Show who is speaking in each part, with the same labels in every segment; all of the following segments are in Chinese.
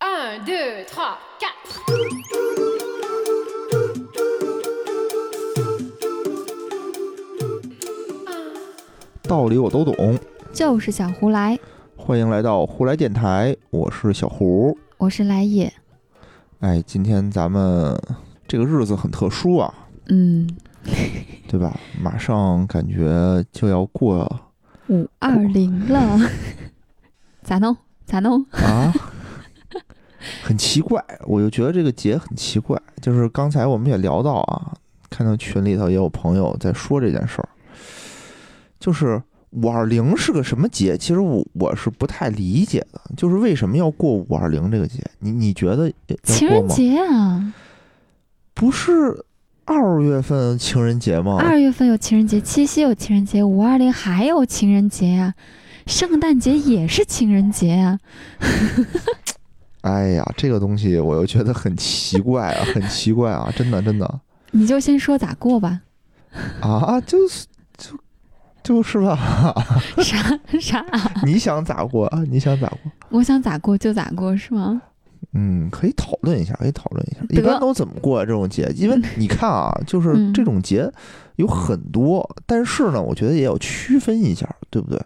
Speaker 1: 1, 2, 3, 4.
Speaker 2: “道理我都懂”。
Speaker 3: 就是想胡来，
Speaker 2: 欢迎来到胡来电台，我是小胡。
Speaker 3: 我是来也。
Speaker 2: 哎，今天咱们这个日子很特殊啊，
Speaker 3: 嗯，
Speaker 2: 对吧？马上感觉就要过
Speaker 3: 五二零了， 咋弄？咋弄？
Speaker 2: 啊，很奇怪，我就觉得这个节很奇怪。就是刚才我们也聊到啊，看到群里头也有朋友在说这件事儿，就是五二零是个什么节？其实我我是不太理解的，就是为什么要过五二零这个节？你你觉得
Speaker 3: 情
Speaker 2: 要过
Speaker 3: 人
Speaker 2: 吗？
Speaker 3: 节啊，
Speaker 2: 不是二月份情人节吗？
Speaker 3: 二月份有情人节，七夕有情人节，五二零还有情人节啊，圣诞节也是情人节啊。
Speaker 2: 哎呀，这个东西我又觉得很奇怪 啊，很奇怪啊，真的真的
Speaker 3: 你就先说咋过吧，
Speaker 2: 啊，就是就就是 吧。
Speaker 3: 啥啥啊？
Speaker 2: 你想咋过啊？你想咋过？
Speaker 3: 我想咋过就咋过是吗？
Speaker 2: 嗯，可以讨论一下，可以讨论一下，
Speaker 3: 得
Speaker 2: 一般都怎么过、啊、这种节？因为你看 啊，就是
Speaker 3: 嗯
Speaker 2: 这种节有很多，但是呢，我觉得也要区分一下，对不对？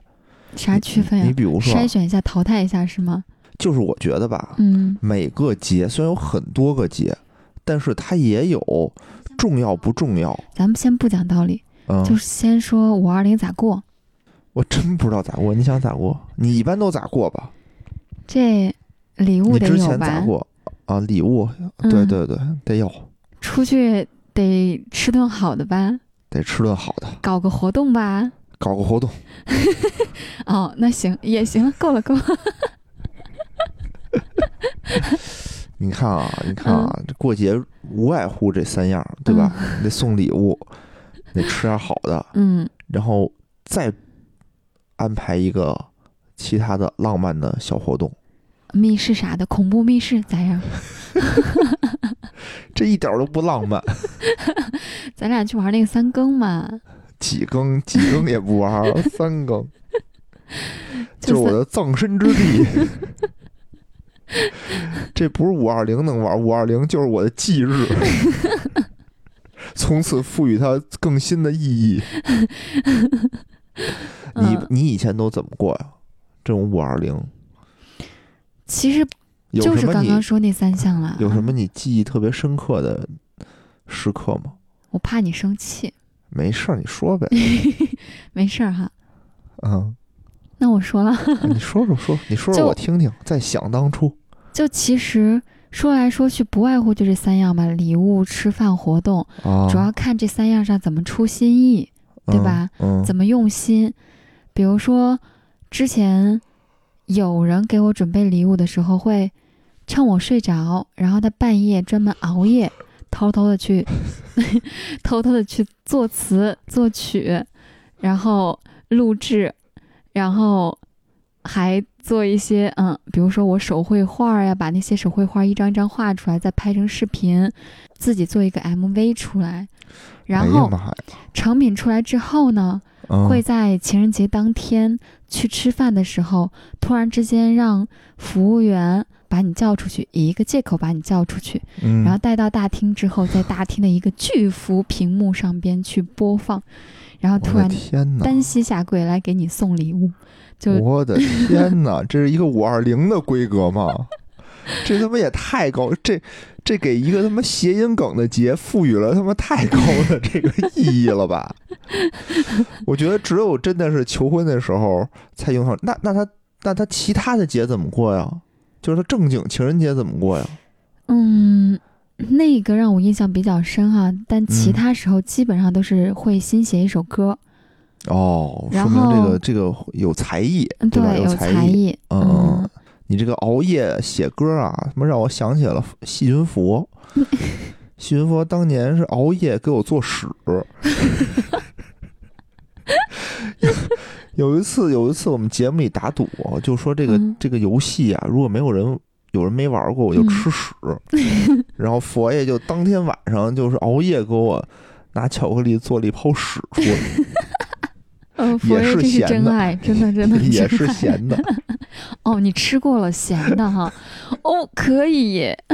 Speaker 3: 啥区分呀、
Speaker 2: 你比如说啊
Speaker 3: 筛，选一下，淘汰一下是吗？
Speaker 2: 就是我觉得吧，
Speaker 3: 嗯
Speaker 2: 每个节虽然有很多个节，但是它也有重要不重要。
Speaker 3: 咱们先不讲道理，
Speaker 2: 嗯，
Speaker 3: 就是先说五二零咋过。
Speaker 2: 我真不知道咋过。你想咋过？你一般都咋过吧？
Speaker 3: 这礼物
Speaker 2: 你
Speaker 3: 得
Speaker 2: 之
Speaker 3: 有
Speaker 2: 前咋
Speaker 3: 吧？
Speaker 2: 过啊？礼物，
Speaker 3: 嗯
Speaker 2: 对对对，得有，
Speaker 3: 出去得吃顿好的吧，
Speaker 2: 得吃顿好的，
Speaker 3: 搞个活动吧。
Speaker 2: 搞个活动。
Speaker 3: 哦，那行也行，够了够了。
Speaker 2: 你看啊，你看啊，
Speaker 3: 嗯
Speaker 2: 这过节无外乎这三样儿，对吧？得送礼物，得吃点好的，
Speaker 3: 嗯，
Speaker 2: 然后再安排一个其他的浪漫的小活动。
Speaker 3: 密室啥的，恐怖密室咋样？
Speaker 2: 这一点儿都不浪漫，
Speaker 3: 咱俩去玩那个三更嘛，
Speaker 2: 几更 几更也不玩 儿，三更就是
Speaker 3: 是
Speaker 2: 我的葬身之 地。这不是五二零能玩，五二零就是我的忌 日，从此赋予它更新的意 义。你
Speaker 3: 嗯
Speaker 2: 你以前都怎么过呀、这种五二零
Speaker 3: 其实
Speaker 2: 有
Speaker 3: 就
Speaker 2: 什
Speaker 3: 是
Speaker 2: 么
Speaker 3: 刚
Speaker 2: 你
Speaker 3: 刚说那三项了。
Speaker 2: 有什么？你记忆特别深刻的时刻吗？
Speaker 3: 我怕你生气，
Speaker 2: 没事儿，你说 呗。
Speaker 3: 没事儿哈。
Speaker 2: 嗯，
Speaker 3: 那我说了，
Speaker 2: 哎你说说说，你说
Speaker 3: 就
Speaker 2: 说我听听。在想当初，
Speaker 3: 就其实说来说去不外乎就这三样吧，礼物、吃饭、活动，
Speaker 2: 啊，
Speaker 3: 主要看这三样上怎么出新意。对吧
Speaker 2: 嗯？嗯，
Speaker 3: 怎么用心。比如说，之前有人给我准备礼物的时候，会趁我睡着，然后他半夜专门熬夜，偷偷的去， 偷偷的去作词、作曲，然后录制，然后还做一些嗯，比如说我手绘画呀、把那些手绘画一张一张画出来，再拍成视频，自己做一个 MV 出来，然
Speaker 2: 哎呀
Speaker 3: 后
Speaker 2: 妈呀，
Speaker 3: 成品出来之后呢，
Speaker 2: 嗯
Speaker 3: 会在情人节当天去吃饭的时候，突然之间让服务员把你叫出去，以一个借口把你叫出去，
Speaker 2: 嗯，
Speaker 3: 然后带到大厅之后，在大厅的一个巨幅屏幕上边去播放，然后
Speaker 2: 嗯我
Speaker 3: 突
Speaker 2: 的
Speaker 3: 然
Speaker 2: 天哪！
Speaker 3: 单膝下跪来给你送礼物，就
Speaker 2: 我 的天哪，这是一个五二零的规格吗？这他妈也太高，这这给一个他妈谐音梗的节赋予了他妈太高的这个意义了吧？ 我觉得只有真的是求婚的时候才用上。那那他那他其他的节怎么过呀？就是他正经情人节怎么过呀？
Speaker 3: 嗯。那个让我印象比较深哈、但其
Speaker 2: 嗯
Speaker 3: 他时候基本上都是会新写一首歌，
Speaker 2: 哦，
Speaker 3: 然
Speaker 2: 说明这
Speaker 3: 后
Speaker 2: 个这个有才艺，
Speaker 3: 嗯，
Speaker 2: 吧？
Speaker 3: 对，有
Speaker 2: 才
Speaker 3: 才艺，
Speaker 2: 嗯，你这个熬夜写歌啊，他妈让我想起了细菌 佛。细菌佛当年是熬夜给我做屎。有有一次，有一次我们节目里打赌，就说这个、
Speaker 3: 嗯
Speaker 2: 这个游戏啊，如果没有人有人没玩过，我就
Speaker 3: 嗯
Speaker 2: 吃屎。 然后佛爷就当天晚 上就是熬夜给我拿巧克力做了一泡屎出来。
Speaker 3: 呃，佛
Speaker 2: 也
Speaker 3: 爷
Speaker 2: 是
Speaker 3: 这是
Speaker 2: 咸
Speaker 3: 真
Speaker 2: 的
Speaker 3: 爱，真的真的
Speaker 2: 也
Speaker 3: 真
Speaker 2: 是
Speaker 3: 爱
Speaker 2: 咸的。
Speaker 3: 哦，你吃过了咸的哈？哦，可以耶。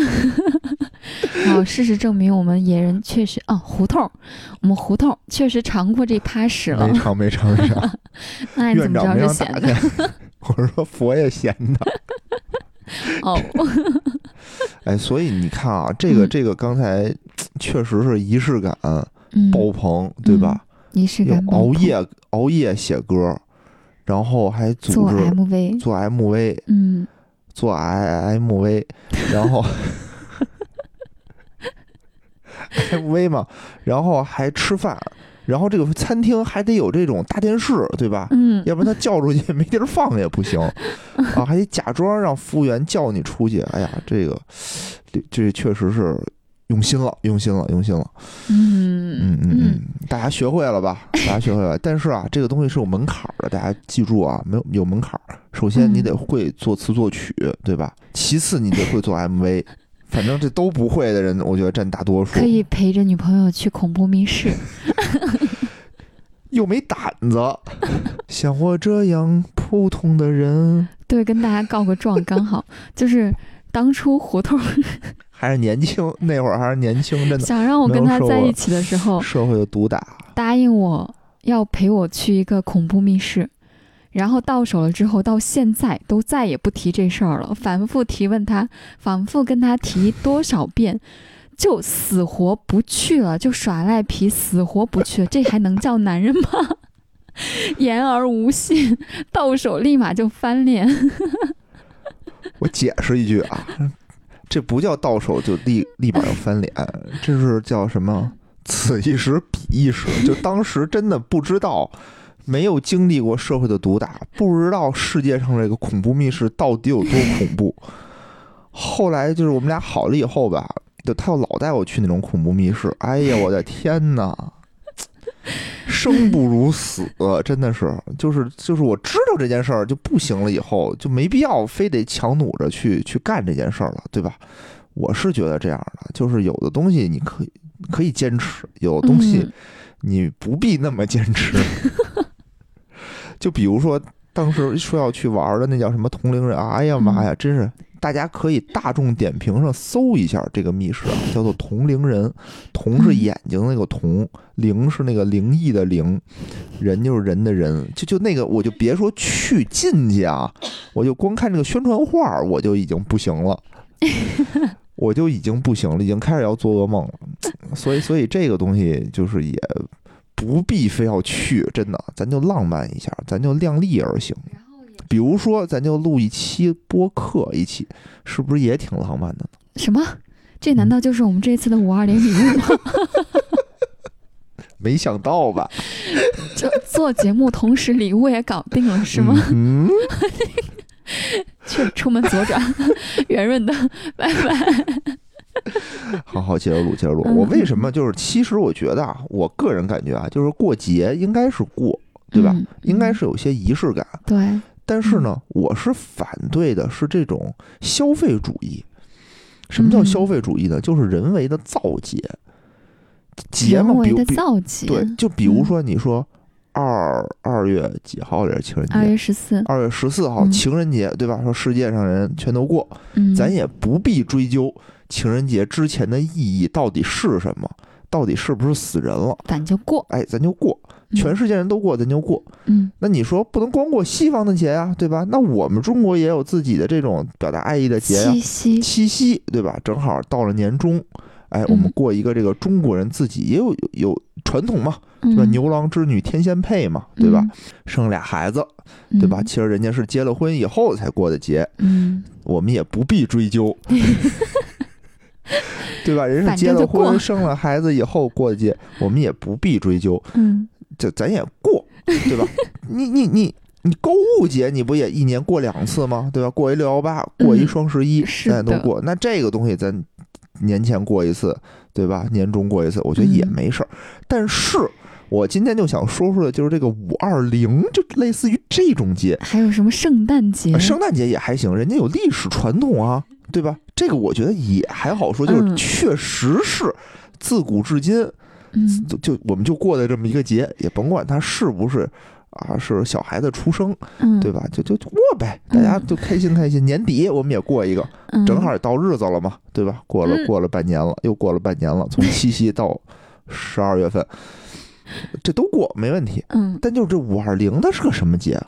Speaker 3: 好，事实证明我们野人确实哦，胡同儿，我们胡同儿确实尝过这趴屎了
Speaker 2: 没。尝没尝没尝，
Speaker 3: 那你
Speaker 2: 院
Speaker 3: 怎么
Speaker 2: 长
Speaker 3: 知道
Speaker 2: 没
Speaker 3: 是
Speaker 2: 让
Speaker 3: 咸
Speaker 2: 打
Speaker 3: 的？
Speaker 2: 开。 我是说佛爷咸的，
Speaker 3: 哦，
Speaker 2: 哎，所以你看啊，这个
Speaker 3: 嗯
Speaker 2: 这个刚才确实是仪式感
Speaker 3: 嗯，
Speaker 2: 爆棚，对吧？
Speaker 3: 仪式
Speaker 2: 有
Speaker 3: 感爆
Speaker 2: 熬
Speaker 3: 棚，
Speaker 2: 夜熬夜写歌，然后还组
Speaker 3: 做
Speaker 2: 织
Speaker 3: MV，
Speaker 2: 做 MV
Speaker 3: 嗯，
Speaker 2: 做 I MV，然后 MV 嘛，然后还吃饭，然后这个餐厅还得有这种大电视，对吧？
Speaker 3: 嗯，
Speaker 2: 要不然他叫出去没地儿放也不行啊，还得假装让服务员叫你出去。哎呀，这个这这确实是用心了，用心了，用心了。
Speaker 3: 嗯
Speaker 2: 嗯嗯嗯，大家学会了吧？大家学会了。 但是啊，这个东西是有门槛儿的，大家记住啊，没有有门槛儿。首先你
Speaker 3: 嗯
Speaker 2: 得会作词作曲，对吧？其次你得会做 MV，反正这都不会的人，我觉得占大多数
Speaker 3: 可。以陪着女朋友去恐怖密室，
Speaker 2: 又没胆子， 像我这样普通的人，
Speaker 3: 对，跟大家告个状，刚好就是当初胡同儿
Speaker 2: 还是年轻那会儿还是年轻，真的
Speaker 3: 想让我跟
Speaker 2: 没有
Speaker 3: 他
Speaker 2: 说
Speaker 3: 在
Speaker 2: 我
Speaker 3: 一起的时候，
Speaker 2: 社会的毒打。
Speaker 3: 答应我要陪我去一个恐怖密室，然后到手了之后，到现在都再也不提这事儿了，反复提问他，反复跟他提多少遍，就死活不去了，就耍赖皮，死活不去了，这还能叫男人吗？ 言而无信，到手立马就翻脸。
Speaker 2: 我解释一句啊，这不叫到手就立立马要翻脸，这是叫什么？此一时彼一时，就当时真的不知道，没有经历过社会的毒打，不知道世界上这个恐怖密室到底有多恐怖。后来就是我们俩好了以后吧，就他又老带我去那种恐怖密室，哎呀，我的天呐！生不如死，真的是，就是就是，我知道这件事儿就不行了，以后就没必要非得强弩着去去干这件事儿了，对吧？我是觉得这样的，就是有的东西你可以可以坚持，有的东西
Speaker 3: 嗯
Speaker 2: 你不必那么坚持。就比如说当时说要去玩儿的那叫什么同龄人，哎呀妈呀，真是！大家可以大众点评上搜一下这个密室啊，叫做“同龄人”，同是
Speaker 3: 嗯
Speaker 2: 眼睛那个同，灵是那个灵异的灵，人就是人的人，就就那个我就别说去进去啊，我就光看这个宣传画儿我就已经不行了。我就已经不行了，已经开始要做噩梦了，所以所以这个东西就是也不必非要去，真的，咱就浪漫一下，咱就量力而行。比如说，咱就录一期播客，一起是不是也挺浪漫的呢？
Speaker 3: 什么？这难道就是我们这次的五二零 礼物吗？
Speaker 2: 没想到吧？
Speaker 3: 就做节目同时礼物也搞定了是吗？
Speaker 2: 嗯，
Speaker 3: 去出门左转， 圆润的，拜拜。
Speaker 2: 好好，接着录，接着录。
Speaker 3: 嗯
Speaker 2: 我为什么就是，其实我觉得啊，我个人感觉啊，就是过节应该是过，对吧？
Speaker 3: 嗯
Speaker 2: 应该是有些仪式感，
Speaker 3: 对，
Speaker 2: 但是呢，
Speaker 3: 嗯
Speaker 2: 我是反对的是这种消费主义。什么叫
Speaker 3: 嗯
Speaker 2: 消费主义呢？就是人为的造节，节嘛
Speaker 3: 人，
Speaker 2: 比
Speaker 3: 为
Speaker 2: 如
Speaker 3: 的
Speaker 2: 比
Speaker 3: 造节。
Speaker 2: 对，就比如
Speaker 3: 嗯
Speaker 2: 说你说二二月几号是情人
Speaker 3: 二
Speaker 2: 节，
Speaker 3: 月十四，
Speaker 2: 二月十四号
Speaker 3: 嗯
Speaker 2: 情人节，对吧？说世界上人全都过，
Speaker 3: 嗯，
Speaker 2: 咱也不必追究情人节之前的意义到底是什么，到底是不是死人了。
Speaker 3: 咱就过，
Speaker 2: 哎，咱就过，
Speaker 3: 嗯
Speaker 2: 全世界人都过，咱就过。
Speaker 3: 嗯
Speaker 2: 那你说不能光过西方的节呀、对吧？那我们中国也有自己的这种表达爱意的节呀、
Speaker 3: 七夕，
Speaker 2: 七夕，对吧？正好到了年终，哎，我们
Speaker 3: 嗯
Speaker 2: 过一个这个中国人自己也有有有传统嘛，
Speaker 3: 对
Speaker 2: 对吧？牛郎织女天仙配嘛，对吧？？生俩孩子，
Speaker 3: 嗯
Speaker 2: 对吧？？其实人家是结了婚以后才过的节，
Speaker 3: 嗯，
Speaker 2: 我们也不必追究， 对吧？人是
Speaker 3: 反
Speaker 2: 结
Speaker 3: 正
Speaker 2: 了
Speaker 3: 就过
Speaker 2: 婚生了孩子以后过的节，我们也不必追究，
Speaker 3: 嗯
Speaker 2: 这咱也过，对 吧？你你你你购物节你不也一年过两次吗？对吧？过一六幺八，过一
Speaker 3: 嗯
Speaker 2: 双十一，
Speaker 3: 是
Speaker 2: 咱也都
Speaker 3: 的
Speaker 2: 过。那这个东西咱年前过一次，对吧？年终过一次，我觉得也
Speaker 3: 嗯
Speaker 2: 没事儿。但是我今天就想说说的就是这个五二零，就类似于这种节
Speaker 3: 嗯，，还有什么圣诞节
Speaker 2: 啊？圣诞节也还行，人家有历史传统啊，对吧？这个我觉得也还好说，就是
Speaker 3: 嗯
Speaker 2: 确实是自古至今。
Speaker 3: 嗯
Speaker 2: 就就我们就过的这么一个节，也甭管它是不是啊，是小孩子出生，
Speaker 3: 嗯，
Speaker 2: 对吧？就就就过呗，大家就开心开心。年底我们也过一个，
Speaker 3: 嗯
Speaker 2: 正好也到日子了嘛，对吧？过了
Speaker 1: 嗯
Speaker 2: 过了半年了，又过了半年了，从七夕到十二月份，这都过没问题。
Speaker 3: 嗯，
Speaker 2: 但就是这五二零，它是个什么节啊？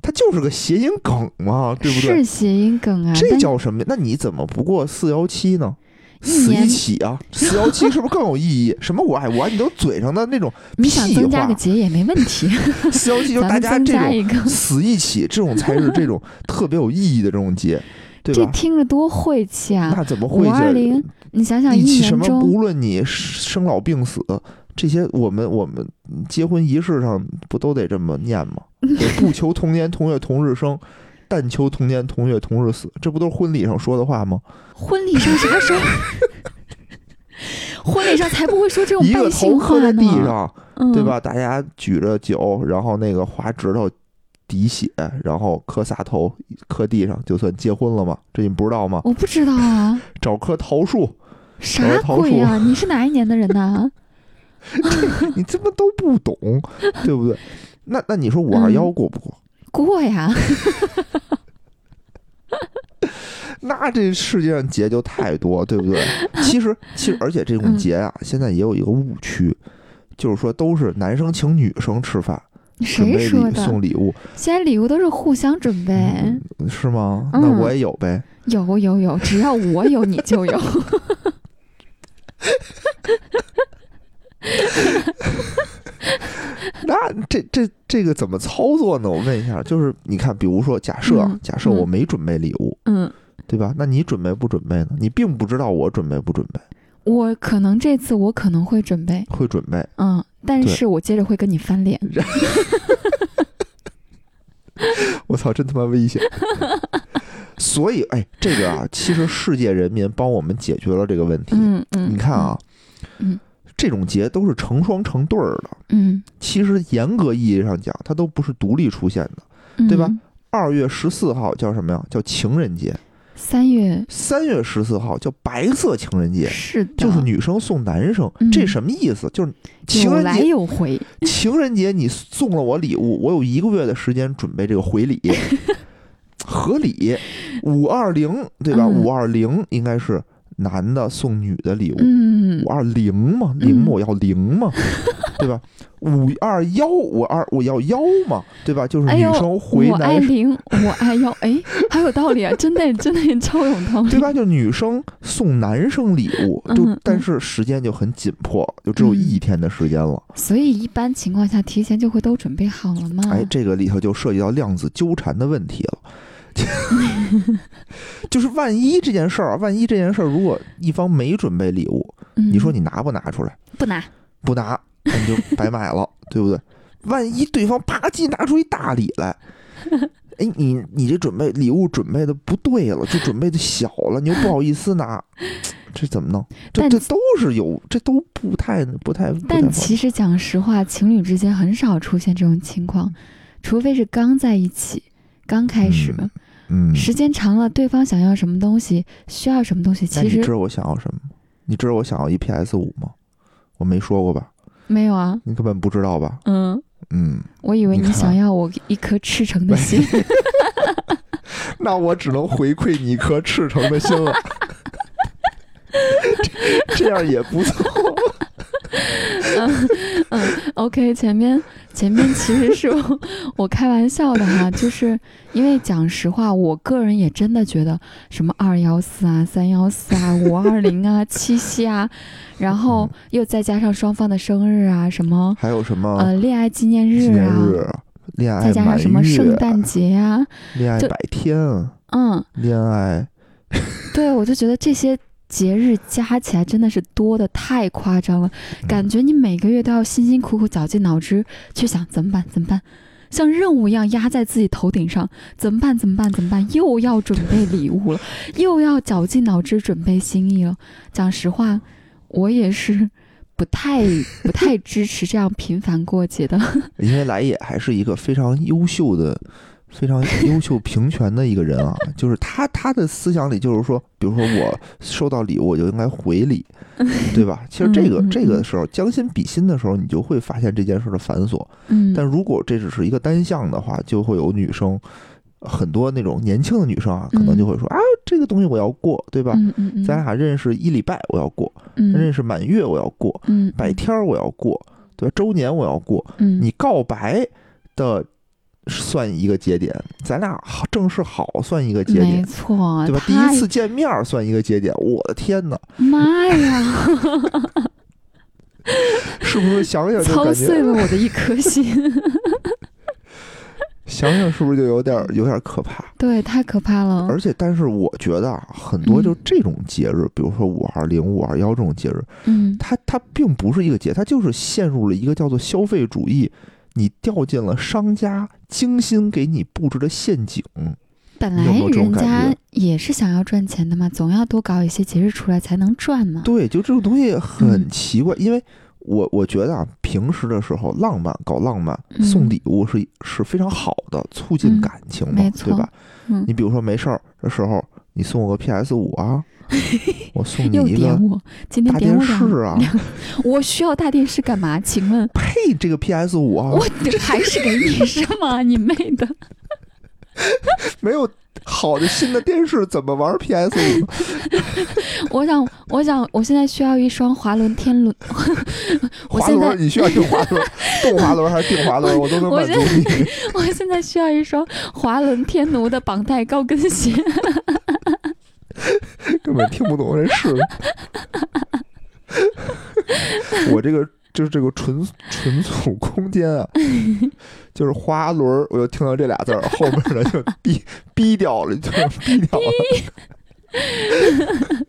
Speaker 2: 它就是个谐音梗嘛，对不对？
Speaker 3: 是谐音梗啊，
Speaker 2: 这
Speaker 3: 但
Speaker 2: 叫什么？那你怎么不过四幺七呢？
Speaker 3: 一
Speaker 2: 死一
Speaker 3: 年
Speaker 2: 起啊！四幺七是不是更有意义？什么我爱我爱你都嘴上的那 种
Speaker 3: 你想
Speaker 2: 屁
Speaker 3: 增加
Speaker 2: 话
Speaker 3: 个节也没问题，
Speaker 2: 四幺七， 就
Speaker 3: 咱
Speaker 2: 大
Speaker 3: 们
Speaker 2: 家
Speaker 3: 增
Speaker 2: 这
Speaker 3: 加
Speaker 2: 种
Speaker 3: 一个，
Speaker 2: 死一起，这种才是这种特别有意义的这种节，对
Speaker 3: 这
Speaker 2: 吧？
Speaker 3: 听着多晦气啊！
Speaker 2: 那怎么会
Speaker 3: 五二
Speaker 2: 这
Speaker 3: 零，你想想一
Speaker 2: 一起什
Speaker 3: 年
Speaker 2: 么？
Speaker 3: 中，
Speaker 2: 无论你生老病死，这些我们我们结婚仪式上不都得这么念 吗？也不求同年同月同日生，但求同年同月同日死，这不都是婚礼上说的话吗？
Speaker 3: 婚礼上啥时候？婚礼上才不会说这种
Speaker 2: 一
Speaker 3: 背
Speaker 2: 个头
Speaker 3: 信话
Speaker 2: 磕在
Speaker 3: 呢
Speaker 2: 地，上，
Speaker 3: 嗯
Speaker 2: 对？吧？大家举着酒，然后那个划指头滴血，然后磕仨头，磕地上就算结婚了吗？这你不知道吗？
Speaker 3: 我不知道啊，
Speaker 2: 找棵桃树，
Speaker 3: 啥鬼呀、你是哪一年的人呐、
Speaker 2: 你这不都不懂，对不对？那那你说五
Speaker 3: 嗯
Speaker 2: 二幺过不过？
Speaker 3: 过呀，
Speaker 2: 那这世界上节就太多，对 不对？其实其实，而且这种节啊，
Speaker 3: 嗯
Speaker 2: 现在也有一个误区，就是说都是男生请女生吃饭，准
Speaker 3: 谁
Speaker 2: 备
Speaker 3: 说
Speaker 2: 礼
Speaker 3: 的？
Speaker 2: 送礼物，
Speaker 3: 现在礼物都是互相准备，
Speaker 2: 嗯是吗？
Speaker 3: 嗯
Speaker 2: 那我也有呗。
Speaker 3: 有有有，只要我有你 就有。
Speaker 2: 那这这这个怎么操作呢？我问一下，就是你看，比如说，假设啊
Speaker 3: 嗯
Speaker 2: 假设我
Speaker 3: 嗯
Speaker 2: 没准备礼物，
Speaker 3: 嗯，
Speaker 2: 对吧？那你准备不准备呢？你并不知道我准备不准备，
Speaker 3: 我可能这次我可能会准备，
Speaker 2: 会准备。
Speaker 3: 嗯，但
Speaker 2: 对
Speaker 3: 是我接着会跟你翻脸。
Speaker 2: 我操，真他妈危 险！所以，哎，这个啊，其实世界人民帮我们解决了这个问题。
Speaker 3: 嗯嗯，
Speaker 2: 你看啊，
Speaker 3: 嗯
Speaker 2: 这种节都是成双成对儿的。
Speaker 3: 嗯，
Speaker 2: 其实严格意义上讲，它都不是独立出现的。
Speaker 3: 嗯，
Speaker 2: 对吧二月十四号叫什么呀？叫情人节。
Speaker 3: 三月
Speaker 2: 三月十四号叫白色情人节，
Speaker 3: 是的，
Speaker 2: 就是女生送男生，
Speaker 3: 嗯
Speaker 2: 这什么意思？就是情
Speaker 3: 有
Speaker 2: 人
Speaker 3: 来
Speaker 2: 节，
Speaker 3: 有回，
Speaker 2: 情人节你送了我礼物，我有一个月的时间准备这个回礼，合理。五二零对吧？
Speaker 3: 嗯
Speaker 2: 五二零应该是男的送女的礼物，
Speaker 3: 嗯
Speaker 2: 五，二零嘛，零
Speaker 3: 嗯
Speaker 2: 嘛，我要零 嘛，对吧？五二幺，我二我要幺嘛，对吧？就是
Speaker 3: 哎
Speaker 2: 女
Speaker 3: 呦
Speaker 2: 生回
Speaker 3: 我爱
Speaker 2: 男生，
Speaker 3: 零，我爱幺，哎，还有道理啊，真的真的超有道理，
Speaker 2: 对吧？就女生送男生礼物，就
Speaker 3: 嗯
Speaker 2: 但
Speaker 3: 嗯
Speaker 2: 是时间就很紧迫，就只有一天的时间了。
Speaker 3: 所以一般情况下提前就会都准备好了嘛。
Speaker 2: 哎，这个里头就涉及到量子纠缠的问题了。 就是万一这件事儿啊，万一这件事儿如果一方没准备礼物，
Speaker 3: 嗯
Speaker 2: 你说你拿不拿出来？
Speaker 3: 不拿，
Speaker 2: 不拿，那你就白买了，对不对？万一对方啪叽拿出一大礼来，哎，你你这准备礼物准备的不对了，就准备的小了，你又不好意思拿，这怎么弄？这
Speaker 3: 但
Speaker 2: 这都是有，这都不太不太不太
Speaker 3: 但
Speaker 2: 好。
Speaker 3: 其实讲实话，情侣之间很少出现这种情况，除非是刚在一起，刚开始，
Speaker 2: 嗯嗯，
Speaker 3: 时间长了，对方想要什么东西，需要什么东西，
Speaker 2: 那
Speaker 3: 其
Speaker 2: 你知
Speaker 3: 实
Speaker 2: 道我想要什么吗？你知道我想要一 PS 五吗？我没说过吧？
Speaker 3: 没有啊。
Speaker 2: 你根本不知道吧？
Speaker 3: 嗯，
Speaker 2: 嗯，
Speaker 3: 我以为
Speaker 2: 你
Speaker 3: 你
Speaker 2: 看
Speaker 3: 想要我一颗赤诚的心。
Speaker 2: 那我只能回馈你一颗赤诚的心了。 这这样也不错。
Speaker 3: OK，前面前面其实是 我我开玩笑的哈，就是因为讲实话，我个人也真的觉得什么二幺四啊、三幺四啊、五二零啊、 七夕啊，然
Speaker 2: 嗯
Speaker 3: 后又再加上双方的生日啊，什 么
Speaker 2: 还有什么
Speaker 3: 呃恋爱纪念
Speaker 2: 啊纪
Speaker 3: 日
Speaker 2: 念
Speaker 3: 啊，
Speaker 2: 日、恋爱
Speaker 3: 再加上
Speaker 2: 满
Speaker 3: 什么
Speaker 2: 月
Speaker 3: 圣诞节啊，
Speaker 2: 恋爱
Speaker 3: 就
Speaker 2: 百天、
Speaker 3: 嗯，
Speaker 2: 恋爱
Speaker 3: 对我就觉得这些节日加起来真的是多的太夸张了，
Speaker 2: 嗯
Speaker 3: 感觉你每个月都要辛辛苦苦绞尽脑汁去想怎么办怎么办，像任务一样压在自己头顶上，怎么办怎么办怎么办，又要准备礼物了，又要绞尽脑汁准备心意了。讲实话，我也是 不太不太 支持这样频繁过节的。
Speaker 2: 因为来也还是一个非常优秀的、非 常优秀平权的一个人啊，就是他他的思想里就是说，比如说我收到礼物我就应该回礼，对吧？其实这个
Speaker 3: 嗯嗯
Speaker 2: 这个时候将心比心的时候，你就会发现这件事的繁琐。
Speaker 3: 嗯，
Speaker 2: 但如果这只是一个单向的话，就会有女生很多那种年轻的女生啊，可能就会说啊，这个东西我要过，对吧？
Speaker 3: 嗯嗯嗯，
Speaker 2: 咱俩认识一礼拜我要过，认
Speaker 3: 嗯
Speaker 2: 识满月我要过，
Speaker 3: 嗯
Speaker 2: 百天儿我要过，对吧？周年我要过，
Speaker 3: 嗯
Speaker 2: 你告白的算一个节点，咱俩好正式好算一个节
Speaker 3: 没
Speaker 2: 点，
Speaker 3: 错，
Speaker 2: 对吧？第
Speaker 3: 太
Speaker 2: 一次见面儿算一个节点，我的天哪，
Speaker 3: 妈呀，
Speaker 2: 是不是想想就
Speaker 3: 操
Speaker 2: 感
Speaker 3: 碎
Speaker 2: 觉
Speaker 3: 了我的一颗 心，
Speaker 2: 想想是不是就有点儿有点儿可怕？
Speaker 3: 对，太可怕了。
Speaker 2: 而且，但是我觉得啊，很多就
Speaker 3: 嗯
Speaker 2: 这种节日，比如说五二零、五二幺这种节日，
Speaker 3: 嗯
Speaker 2: 它它并不是一个节，它就是陷入了一个叫做消费主义，你掉进了商家精心给你布置的陷阱。，
Speaker 3: 本
Speaker 2: 你有没
Speaker 3: 来
Speaker 2: 有这种
Speaker 3: 人
Speaker 2: 感
Speaker 3: 家
Speaker 2: 觉
Speaker 3: 也是想要赚钱的嘛，总要多搞一些节日出来才能赚嘛。
Speaker 2: 对，就这种东西很
Speaker 3: 嗯
Speaker 2: 奇怪，因为我我觉得啊，平时的时候浪漫搞浪漫，
Speaker 3: 嗯
Speaker 2: 送礼物是是非常好的，促进
Speaker 3: 嗯
Speaker 2: 感情嘛，
Speaker 3: 没
Speaker 2: 对
Speaker 3: 错
Speaker 2: 吧？
Speaker 3: 嗯
Speaker 2: 你比如说没事儿的时候，你送我个 PS 五 啊，我送你
Speaker 3: 又
Speaker 2: 一个
Speaker 3: 点我，今天
Speaker 2: 大电
Speaker 3: 点我两
Speaker 2: 视啊，
Speaker 3: 我需要大电视干嘛？请问
Speaker 2: 呸，这个 PS 五啊
Speaker 3: 我，还是给你是 吗？你妹的！
Speaker 2: 没有好的新的电视，怎么玩 PS 五？
Speaker 3: 我想，我想，我现在需要一双滑轮天轮， 我
Speaker 2: 滑
Speaker 3: 现
Speaker 2: 轮
Speaker 3: 在
Speaker 2: 儿，你需要定滑轮儿，动滑轮儿还是定滑轮儿，我都能
Speaker 3: 我
Speaker 2: 满足
Speaker 3: 现
Speaker 2: 你。
Speaker 3: 我现在需要一双滑轮天奴的绑带高跟鞋。
Speaker 2: 根本听不懂这是。 我这个就是这个纯纯属空间啊，就是滑轮儿，我就听到这俩字儿，后面的就逼逼掉了，就逼掉了。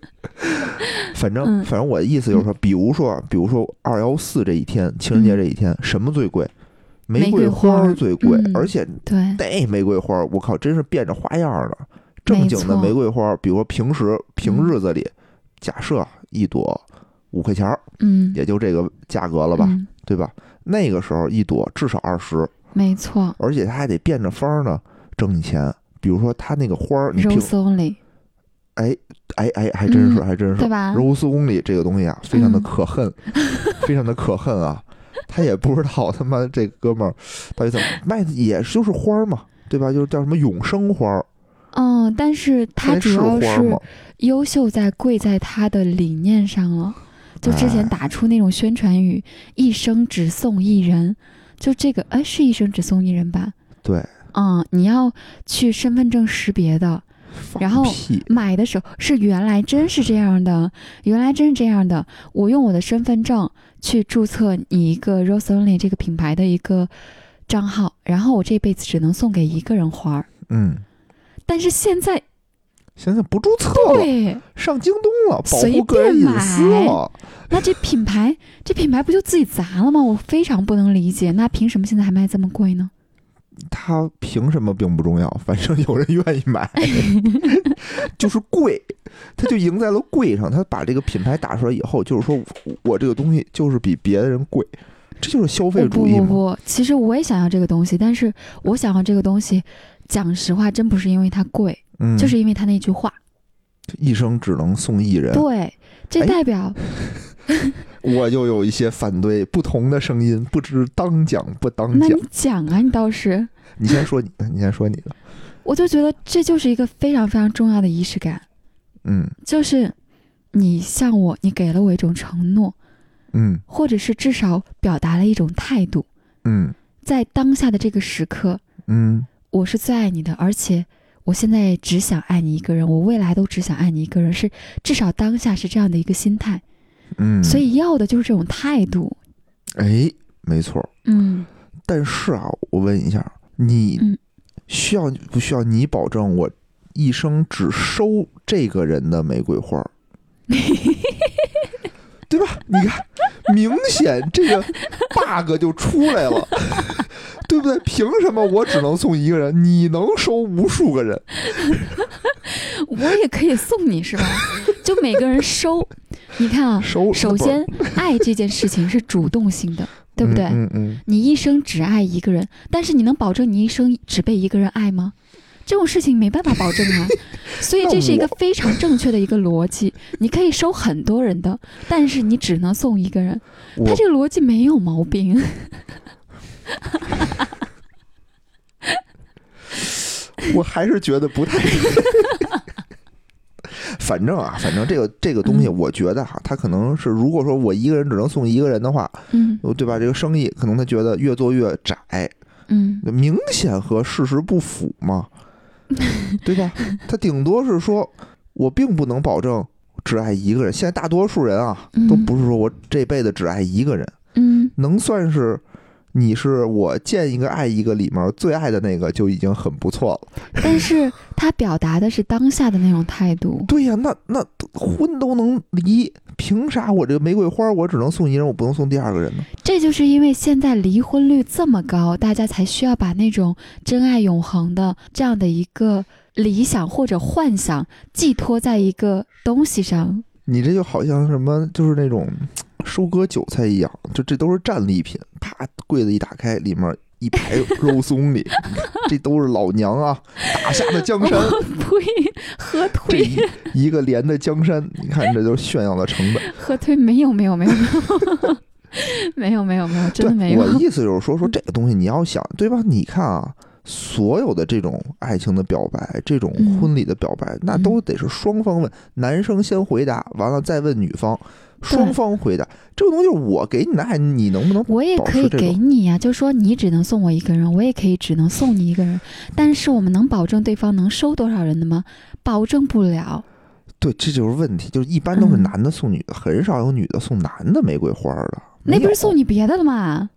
Speaker 2: 反正
Speaker 3: 嗯
Speaker 2: 反正我的意思就是说，比如说比如说二幺四这一天，情人节这一天，什么最贵？玫
Speaker 3: 嗯玫
Speaker 2: 瑰
Speaker 3: 瑰
Speaker 2: 花
Speaker 3: 花
Speaker 2: 儿
Speaker 3: 儿
Speaker 2: 最贵，
Speaker 3: 嗯
Speaker 2: 而且
Speaker 3: 对，
Speaker 2: 那玫瑰花，我靠，真是变着花样儿了。正经的
Speaker 3: 没错嗯
Speaker 2: 玫瑰花，比如说平时平日子里，假设一朵五块钱儿，
Speaker 3: 嗯，
Speaker 2: 也就这个价格了吧，
Speaker 3: 嗯
Speaker 2: 对吧？那个时候一朵至少二十，
Speaker 3: 没错
Speaker 2: 而且它还得变着法儿呢挣你钱。比如说它那个花儿，你平
Speaker 3: ，Rose Only，
Speaker 2: 哎哎哎，还真是
Speaker 3: 嗯
Speaker 2: 还真是
Speaker 3: 对，吧？
Speaker 2: 柔丝公里这个东西啊，非常的
Speaker 3: 嗯
Speaker 2: 可恨，非常的可恨啊！他也不知道他妈这哥们儿到底怎么卖的，也就是花儿嘛，对吧？就是叫什么永生花儿，
Speaker 3: 嗯，但是它
Speaker 2: 那
Speaker 3: 主
Speaker 2: 是
Speaker 3: 要
Speaker 2: 花儿
Speaker 3: 是
Speaker 2: 吗？
Speaker 3: 优秀在贵在它的理念上了。就之
Speaker 2: 哎
Speaker 3: 前打出那种宣传语“一生只送一人”，就这个，哎，是一生只送一人吧？
Speaker 2: 对，
Speaker 3: 嗯，你要去身份证识别的，
Speaker 2: 放
Speaker 3: 然后
Speaker 2: 屁，
Speaker 3: 买的时候是原来真是这样的，原来真是这样的。我用我的身份证去注册你一个 Rose Only 这个品牌的一个账号，然后我这辈子只能送给一个人花儿。
Speaker 2: 嗯，
Speaker 3: 但是现在
Speaker 2: 现在不注册了，
Speaker 3: 对，
Speaker 2: 上京东了，保
Speaker 3: 随
Speaker 2: 护个人
Speaker 3: 便
Speaker 2: 隐私
Speaker 3: 买
Speaker 2: 了，
Speaker 3: 那这品牌这品牌不就自己砸了吗？我非常不能理解，那凭什么现在还卖这么贵呢？
Speaker 2: 他凭什么并不重要，反正有人愿意 买，就是贵，他就赢在了贵上。他把这个品牌打出来以后，就是说我这个东西就是比别的人贵，这就是消费
Speaker 3: 我
Speaker 2: 主
Speaker 3: 哦不
Speaker 2: 义
Speaker 3: 不
Speaker 2: 嘛。
Speaker 3: 不，其实我也想要这个东西，但是我想要这个东西，讲实话，真不是因为它贵，
Speaker 2: 嗯，
Speaker 3: 就是因为它那句话。
Speaker 2: 一生只能送一人。
Speaker 3: 对，这
Speaker 2: 哎
Speaker 3: 代表
Speaker 2: 我又有一些反对不同的声音，不知当讲不当
Speaker 3: 那
Speaker 2: 讲
Speaker 3: 你。讲啊，你倒是，
Speaker 2: 你先说你的，你先说你的。
Speaker 3: 我就觉得这就是一个非常非常重要的仪式感，
Speaker 2: 嗯
Speaker 3: 就是你向我，你给了我一种承诺，
Speaker 2: 嗯
Speaker 3: 或者是至少表达了一种态度，
Speaker 2: 嗯
Speaker 3: 在当下的这个时刻，
Speaker 2: 嗯
Speaker 3: 我是最爱你的，而且我现在只想爱你一个人，我未来都只想爱你一个人，是至少当下是这样的一个心态，
Speaker 2: 嗯。
Speaker 3: 所，以要的就是这种态度。
Speaker 2: 哎，没错。
Speaker 3: 嗯，
Speaker 2: 但是啊，我问一下，你
Speaker 3: 嗯
Speaker 2: 需要不需要你保证我一生只收这个人的玫瑰 花儿？对吧？你看，明显这个 bug 就出来 了，对不对？凭什么我只能送一个人，你能收无数个人？
Speaker 3: 我也可以送你是吧？ 就每个人收，你看啊，
Speaker 2: 收
Speaker 3: 首，先，爱这件事情是主动性的，对不对？
Speaker 2: 嗯嗯
Speaker 3: 你一生只爱一个人，但是你能保证你一生只被一个人爱吗？这种事情没办法保证啊，所以这是一个非常正确的一个逻辑。你可以收很多人的，但是你只能送一个人，
Speaker 2: 嗯，
Speaker 3: 他
Speaker 2: 我
Speaker 3: 这个逻辑没有毛病。
Speaker 2: 我还是觉得不 太。反正啊，反正这个这个东西，
Speaker 3: 嗯
Speaker 2: 我觉得哈、他可能是如果说我一个人只能送一个人的话，
Speaker 3: 嗯
Speaker 2: 对吧？这个生意可能他觉得越做越窄，
Speaker 3: 嗯
Speaker 2: 明显和事实不符 嘛，对吧？他顶多是说，我并不能保证只爱一个人。现在大多数人啊，都
Speaker 3: 嗯
Speaker 2: 不是说我这辈子只爱一个人，
Speaker 3: 嗯，
Speaker 2: 能算是你是我见一个爱一个里面最爱的那个就已经很不错了。
Speaker 3: 但是他表达的是当下的那种态度。
Speaker 2: 对呀、那那婚都能离，凭啥我这个玫瑰花我只能送一人，我不能送第二个人呢？
Speaker 3: 这就是因为现在离婚率这么高，大家才需要把那种真爱永恒的这样的一个理想或者幻想寄托在一个东西上。
Speaker 2: 你这就好像什么，就是那种嘖收割韭菜一样，就这都是战利品。啪，柜子一打开，里面一排肉松里， 这都是老娘啊，打下的江
Speaker 3: 哦
Speaker 2: 山，
Speaker 3: 呸！喝
Speaker 2: 这
Speaker 3: 推
Speaker 2: 一一个连的江山，你看这都是炫耀的成本。
Speaker 3: 喝推没有没有没有没有没有没有真的没
Speaker 2: 对，我的
Speaker 3: 有。嗯
Speaker 2: 意思就是说，说这个东西你要想，对吧？你看啊，所有的这种爱情的表白，这种
Speaker 3: 嗯
Speaker 2: 婚礼的表白，那都得是双方问，男生先回答，完了再问女方，双方回答。这个东西就是我给你的爱，你能不能
Speaker 3: 我也可以给你呀、就说你只能送我一个人，我也可以只能送你一个人，但是我们能保证对方能收多少人的吗？保证不了。
Speaker 2: 对，这就是问题，就是一般都是
Speaker 3: 嗯
Speaker 2: 男的送女的，很少有女的送男的玫瑰花的。
Speaker 3: 那
Speaker 2: 没
Speaker 3: 不是
Speaker 2: 有
Speaker 3: 送你别的了吗？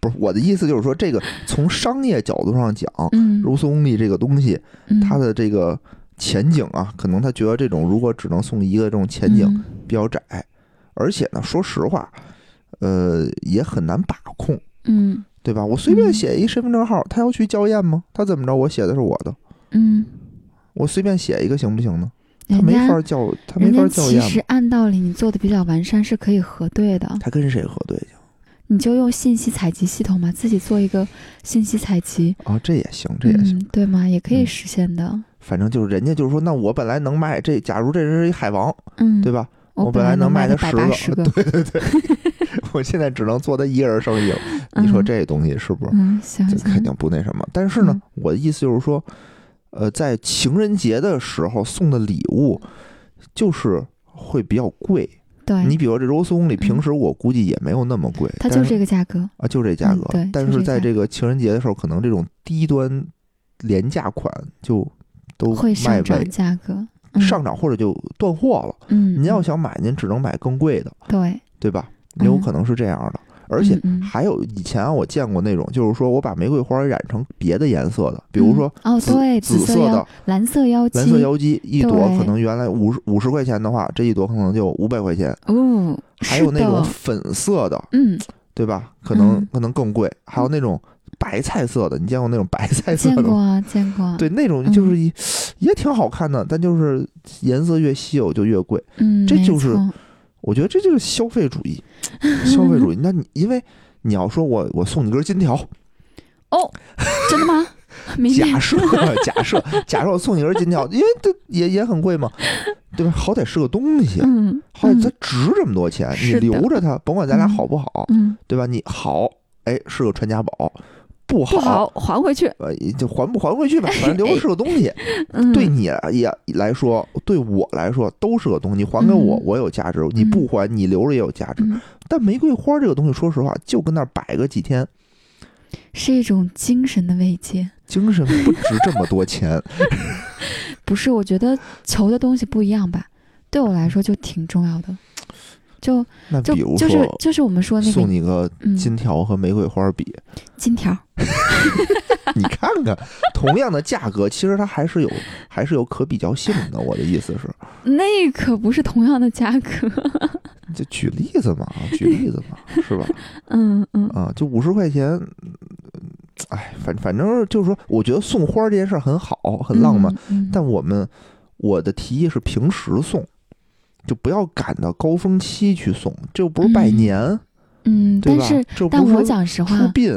Speaker 2: 不是我的意思，就是说这个从商业角度上讲，
Speaker 3: 嗯，
Speaker 2: 柔松力这个东西，
Speaker 3: 嗯
Speaker 2: 它的这个前景啊，可能他觉得这种如果只能送一个这种前景
Speaker 3: 嗯
Speaker 2: 比较窄，而且呢，说实话，呃，也很难把控，
Speaker 3: 嗯
Speaker 2: 对吧？我随便
Speaker 3: 嗯
Speaker 2: 写一身份证号，他要去校验吗？他怎么着？我写的是我的，
Speaker 3: 嗯，
Speaker 2: 我随便写一个行不行呢？他
Speaker 3: 人
Speaker 2: 没
Speaker 3: 家
Speaker 2: 法校，他没
Speaker 3: 人
Speaker 2: 法
Speaker 3: 家
Speaker 2: 校
Speaker 3: 其
Speaker 2: 验
Speaker 3: 实
Speaker 2: 嘛。
Speaker 3: 按道理你做的比较完善是可以核对的，
Speaker 2: 他跟谁核对去
Speaker 3: 你就用信息采集系统嘛，自己做一个信息采集，
Speaker 2: 啊？这也行，这也行。
Speaker 3: 嗯、对吗？也可以
Speaker 2: 嗯
Speaker 3: 实现的，
Speaker 2: 反正就是人家就是说，那我本来能卖这，假如这是一海王，
Speaker 3: 嗯，
Speaker 2: 对吧？ 我
Speaker 3: 我
Speaker 2: 本来能
Speaker 3: 能
Speaker 2: 卖
Speaker 3: 卖
Speaker 2: 他
Speaker 3: 百
Speaker 2: 十
Speaker 3: 八
Speaker 2: 个
Speaker 3: 十个，
Speaker 2: 我现在只能做他一个人生意了。你说
Speaker 3: 嗯
Speaker 2: 这东西是不是？
Speaker 3: 嗯，行
Speaker 2: 这肯
Speaker 3: 行，
Speaker 2: 定不那什么。但是呢，我的意思就是说，呃，在情人节的时候送的礼物，就是会比较贵。
Speaker 3: 对，嗯
Speaker 2: 你比如这肉松里，平时我估计也没有那么贵，
Speaker 3: 它
Speaker 2: 但
Speaker 3: 就是这个价格，
Speaker 2: 啊，就这价
Speaker 3: 嗯
Speaker 2: 格。
Speaker 3: 对就
Speaker 2: 但是
Speaker 3: 这
Speaker 2: 在
Speaker 3: 价
Speaker 2: 这个情人节的时候，可能这种低端廉价款就都
Speaker 3: 会
Speaker 2: 卖
Speaker 3: 上涨
Speaker 2: 为
Speaker 3: 价格，嗯
Speaker 2: 上涨或者就断货了。
Speaker 3: 嗯，
Speaker 2: 您要
Speaker 3: 嗯
Speaker 2: 想买，您只能买更贵的，
Speaker 3: 对，
Speaker 2: 对吧？也有
Speaker 3: 嗯
Speaker 2: 可能是这样的。而且
Speaker 3: 嗯嗯
Speaker 2: 还有以前啊，我见过那种，就是说我把玫瑰花染成别的颜色的，比如说
Speaker 3: 嗯哦
Speaker 2: 紫
Speaker 3: 对，
Speaker 2: 紫
Speaker 3: 色
Speaker 2: 的
Speaker 3: 妖、蓝色妖姬，
Speaker 2: 蓝色妖姬一朵
Speaker 3: 对
Speaker 2: 可能原来五十五十块钱的话，这一朵可能就五百块钱。
Speaker 3: 哦，
Speaker 2: 还
Speaker 3: 是
Speaker 2: 有那种
Speaker 3: 的
Speaker 2: 粉色的，
Speaker 3: 嗯，
Speaker 2: 对吧？可能、
Speaker 3: 嗯
Speaker 2: 可能更贵。还有那种白菜色的，你见过那种白菜色
Speaker 3: 见
Speaker 2: 的
Speaker 3: 过
Speaker 2: 吗？
Speaker 3: 啊，见过啊，
Speaker 2: 对，那种就是一、也挺好看的，但就是颜色越稀有就越贵。
Speaker 3: 嗯，
Speaker 2: 这
Speaker 3: 没
Speaker 2: 就是
Speaker 3: 错
Speaker 2: 我觉得这就是消费主义，消费 主义。那你因为你要说我我送你根金条，
Speaker 3: 哦，真的吗？明
Speaker 2: 假
Speaker 3: 天
Speaker 2: 设假设假设我送你根金条，因为这也也很贵嘛，对吧？好歹是个东西，
Speaker 3: 嗯，
Speaker 2: 好歹
Speaker 3: 嗯
Speaker 2: 它值这么多钱，你
Speaker 3: 是的
Speaker 2: 留着它，甭管咱俩
Speaker 3: 嗯
Speaker 2: 好不好，
Speaker 3: 嗯，
Speaker 2: 对吧？你好，哎，是个传家宝，不
Speaker 3: 不好还回去。
Speaker 2: 呃，就还不还回去吧，反正留着是个东西，
Speaker 3: 嗯，
Speaker 2: 对你也来说，对我来说都是个东西。你还给我，
Speaker 3: 嗯
Speaker 2: 我有价值；你不还，你留着也有价值。
Speaker 3: 嗯，
Speaker 2: 但玫瑰花这个东西，说实话，就跟那儿摆个几天，
Speaker 3: 是一种精神的慰藉。
Speaker 2: 精神不值这么多 钱。
Speaker 3: 不是，我觉得求的东西不一样吧，对我来说就挺重要的。就
Speaker 2: 那
Speaker 3: 就
Speaker 2: 比如
Speaker 3: 就是
Speaker 2: 说，
Speaker 3: 就是我们说那
Speaker 2: 送
Speaker 3: 个
Speaker 2: 你个
Speaker 3: 嗯
Speaker 2: 金条和玫瑰花 比，
Speaker 3: 金条，
Speaker 2: 你看看，同样的价格，其实它还是有还是有可比较性的。我的意思是，
Speaker 3: 那可不是同样的价格。
Speaker 2: 就举例子嘛，举例子嘛，是吧？
Speaker 3: 嗯嗯
Speaker 2: 啊，就五十块钱，嗯哎，反反正就是说，我觉得送花这件事儿很好，很浪漫。，
Speaker 3: 嗯嗯
Speaker 2: 但我们我的提议是平时送，就不要赶到高峰期去送，这又不是拜年，
Speaker 3: 嗯，
Speaker 2: 对
Speaker 3: 但
Speaker 2: 吧
Speaker 3: 是？
Speaker 2: 这又
Speaker 3: 但
Speaker 2: 不是
Speaker 3: 我
Speaker 2: 说
Speaker 3: 讲实话，
Speaker 2: 出殡，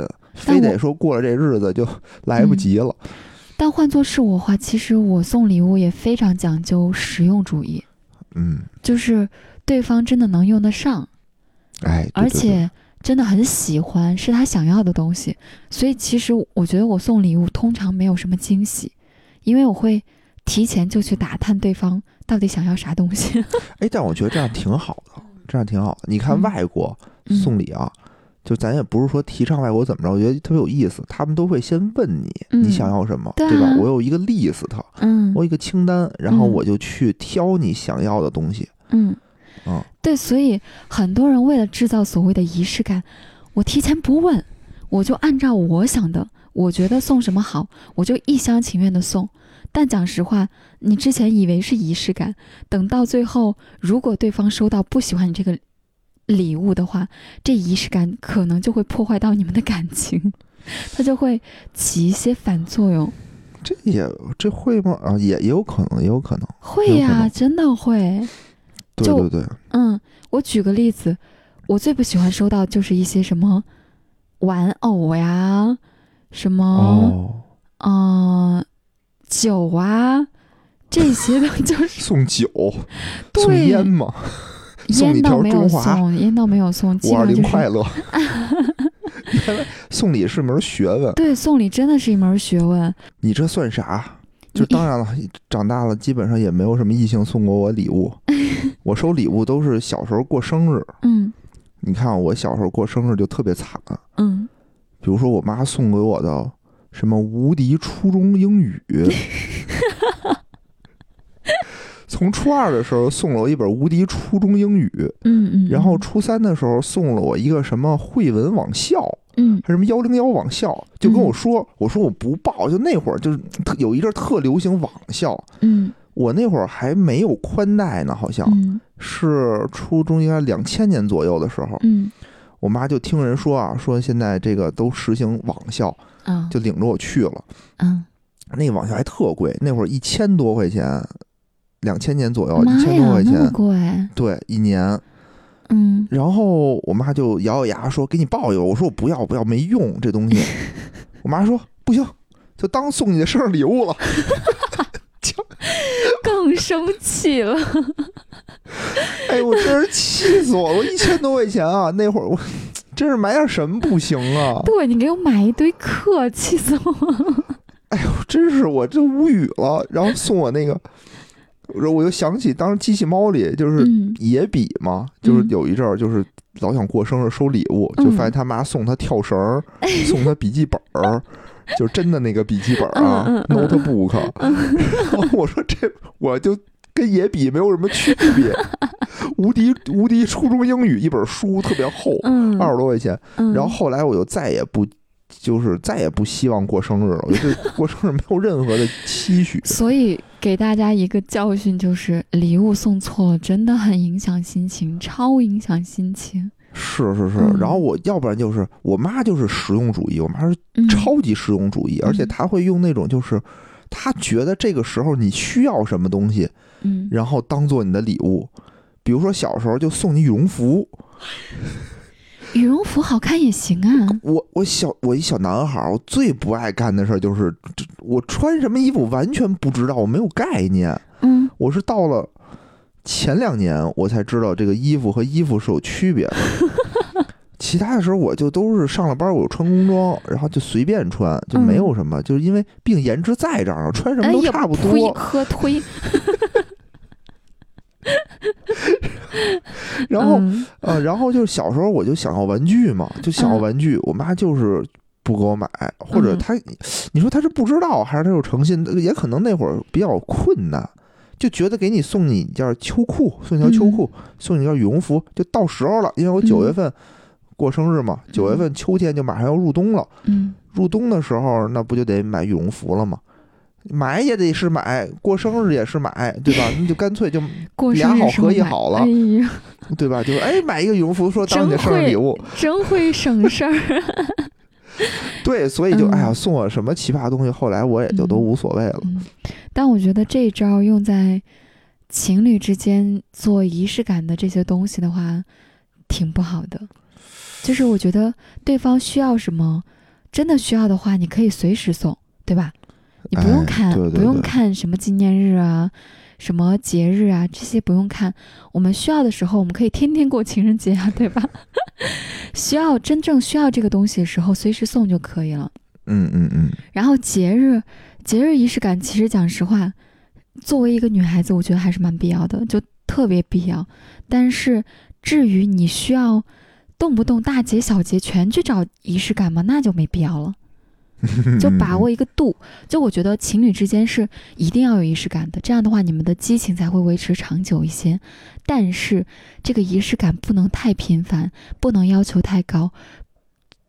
Speaker 3: 但
Speaker 2: 非
Speaker 3: 我嗯
Speaker 2: 得说过了这日子就来不及了。
Speaker 3: 但换做是我的话，其实我送礼物也非常讲究实用主义，
Speaker 2: 嗯，
Speaker 3: 就是对方真的能用得上，
Speaker 2: 哎，对
Speaker 3: 而
Speaker 2: 对对
Speaker 3: 且真的很喜欢，是他想要的东西。所以其实我觉得我送礼物通常没有什么惊喜，因为我会提前就去打探对方到底想要啥东西。
Speaker 2: 哎，但我觉得这样挺好的，这样挺好的。你看
Speaker 3: 嗯
Speaker 2: 外国
Speaker 3: 嗯
Speaker 2: 送礼啊，就咱也不是说提倡外国怎么着，我觉得特别有意思。他们都会先问你、
Speaker 3: 嗯
Speaker 2: 你想要什么，
Speaker 3: 对啊
Speaker 2: 对吧？我有一个 list，
Speaker 3: 嗯
Speaker 2: 我有一个清单，然后
Speaker 3: 嗯
Speaker 2: 我就去挑你想要的东西。
Speaker 3: 嗯
Speaker 2: 嗯，
Speaker 3: 对，所以很多人为了制造所谓的仪式感，我提前不问，我就按照我想的，我觉得送什么好，我就一厢情愿的送。但讲实话，你之前以为是仪式感，等到最后，如果对方收到不喜欢你这个礼物的话，这仪式感可能就会破坏到你们的感情，它就会起一些反作用。
Speaker 2: 这也这会吗？啊，也也有可能，也有可能。
Speaker 3: 会
Speaker 2: 有可
Speaker 3: 呀、
Speaker 2: 能
Speaker 3: 真的会。
Speaker 2: 对
Speaker 3: 就
Speaker 2: 对对，
Speaker 3: 嗯，我举个例子，我最不喜欢收到就是一些什么玩偶呀，什么
Speaker 2: 哦，
Speaker 3: 嗯、呃酒啊这些的， 就是
Speaker 2: 送酒，
Speaker 3: 对
Speaker 2: 送烟嘛，送
Speaker 3: 烟
Speaker 2: 你
Speaker 3: 倒
Speaker 2: 条
Speaker 3: 没有
Speaker 2: 中华
Speaker 3: 送，烟倒没有送，基
Speaker 2: 五二
Speaker 3: 本
Speaker 2: 零
Speaker 3: 上就
Speaker 2: 快
Speaker 3: 是
Speaker 2: 乐。 原来送礼是门学问，
Speaker 3: 对送礼真的是一门学问。
Speaker 2: 你这算啥？就当然了，长大了基本上也没有什么异性送过我礼物，我收礼物都是小时候过生日。
Speaker 3: 嗯
Speaker 2: 你看我小时候过生日就特别惨，
Speaker 3: 嗯，
Speaker 2: 比如说我妈送给我的什么无敌初中英语，从初二的时候送了我一本无敌初中英语，
Speaker 3: 嗯嗯，
Speaker 2: 然后
Speaker 3: 嗯
Speaker 2: 初三的时候送了我一个什么汇文网校，
Speaker 3: 嗯
Speaker 2: 还是什么幺零幺网校，就跟我说，我说我不报，就那会儿就是特有一阵儿特流行网校，
Speaker 3: 嗯
Speaker 2: 我那会儿还没有宽带呢，好像、
Speaker 3: 嗯
Speaker 2: 是初中应该两千年左右的时候，
Speaker 3: 嗯
Speaker 2: 我妈就听人说啊，说现在这个都实行网校，
Speaker 3: 啊
Speaker 2: 就领着我去了。
Speaker 3: 嗯，
Speaker 2: 那网校还特贵，那会儿一千多块钱，两千年左右，
Speaker 3: 妈
Speaker 2: 一千多
Speaker 3: 呀，
Speaker 2: 块
Speaker 3: 那么
Speaker 2: 钱，
Speaker 3: 贵，
Speaker 2: 对，一年。
Speaker 3: 嗯
Speaker 2: 然后我妈就咬咬牙说：“给你报一个。”我说：“我不要，不要，没用这 东西。”我妈说：“不行，就当送你的生日礼物了。
Speaker 3: 更生气了。”
Speaker 2: 哎，我真是气死我了！我一千多块钱啊，那会儿我真是买点什么不行啊？
Speaker 3: 对你给我买一堆课，气死我了。
Speaker 2: 真是我真无语了。然后送我那个，然后我又想起当时机器猫里就是
Speaker 3: 嗯
Speaker 2: 野比嘛，就是
Speaker 3: 嗯
Speaker 2: 有一阵儿就是老想过生日收礼物，
Speaker 3: 嗯
Speaker 2: 就发现他妈送他跳绳 儿，送他笔记本儿，就真的那个笔记本儿啊、
Speaker 3: 嗯嗯
Speaker 2: n
Speaker 3: 嗯
Speaker 2: o t e b o o k 然后 我说这我就跟野比没有什么区 别，无敌无敌初中英语一本书特别厚，
Speaker 3: 嗯，
Speaker 2: 二十多块钱。
Speaker 3: 嗯，
Speaker 2: 然后后来我就再也不。就是再也不希望过生日了，我就对过生日没有任何的期许。
Speaker 3: 所以给大家一个教训，就是礼物送错了真的很影响心情，超影响心情。
Speaker 2: 是是是，
Speaker 3: 嗯
Speaker 2: 然后我要不然就是我妈就是实用主义，我妈是
Speaker 3: 嗯，
Speaker 2: 超级实用主义，而且
Speaker 3: 嗯
Speaker 2: 她会用那种就是她觉得这个时候你需要什么东西，
Speaker 3: 嗯，
Speaker 2: 然后当做你的礼物。比如说小时候就送你羽绒服，
Speaker 3: 羽绒服好看也行啊。
Speaker 2: 我我小我一小男孩儿，我最不爱干的事儿就是这我穿什么衣服完全不知道，我没有概念。
Speaker 3: 嗯
Speaker 2: 我是到了前两年我才知道这个衣服和衣服是有区 别的。其他的时候我就都是上了班，我穿工装，然后就随便穿，就没有什么，就是因为并颜值在这儿，穿什么
Speaker 3: 嗯哎
Speaker 2: 都
Speaker 3: 呀，
Speaker 2: 差不多。
Speaker 3: 推喝推，
Speaker 2: 然后、
Speaker 3: 嗯
Speaker 2: 呃，然后就是小时候我就想要玩具嘛，就想要
Speaker 3: 嗯
Speaker 2: 玩具，我妈就是不给我买，或者
Speaker 3: 嗯
Speaker 2: 她，你说她是不知道还是她有诚信，也可能那会儿比较困难，就觉得给你送你一件秋裤，送你条秋裤，送你件羽绒服，就到时候了，因为我九
Speaker 3: 嗯
Speaker 2: 月份过生日嘛，九月份秋天就马上要入冬了，
Speaker 3: 嗯
Speaker 2: 入冬的时候那不就得买羽绒服了吗？买也得是买，过生日也是买，对吧？那就干脆就
Speaker 3: 过
Speaker 2: 俩
Speaker 3: 生日
Speaker 2: 好
Speaker 3: 时候
Speaker 2: 合一
Speaker 3: 买
Speaker 2: 好了
Speaker 3: 哎呀，
Speaker 2: 对吧？就是哎，买一个羽绒服说当你的
Speaker 3: 真
Speaker 2: 生日
Speaker 3: 会
Speaker 2: 礼物，
Speaker 3: 真会省事儿。
Speaker 2: 对，所以就
Speaker 3: 嗯
Speaker 2: 哎呀，送我什么奇葩东西，后来我也就都
Speaker 3: 嗯
Speaker 2: 无所谓了。
Speaker 3: 嗯，但我觉得这一招用在情侣之间做仪式感的这些东西的话，挺不好的。就是我觉得对方需要什么，真的需要的话，你可以随时送，对吧？你不用
Speaker 2: 哎
Speaker 3: 看，
Speaker 2: 对对
Speaker 3: 不用
Speaker 2: 对
Speaker 3: 看什么纪念日啊，什么节日啊，这些不用看。我们需要的时候，我们可以天天过情人节啊，对吧？ 需要真正需要这个东西的时候，随时送就可以了。
Speaker 2: 嗯嗯嗯，
Speaker 3: 然后节日节日仪式感，其实讲实话，作为一个女孩子，我觉得还是蛮必要的，就特别必要。但是至于你需要动不动大节小节全去找仪式感吗？那就没必要了，就把握一个度。就我觉得情侣之间是一定要有仪式感的，这样的话你们的激情才会维持长久一些。但是这个仪式感不能太频繁，不能要求太高。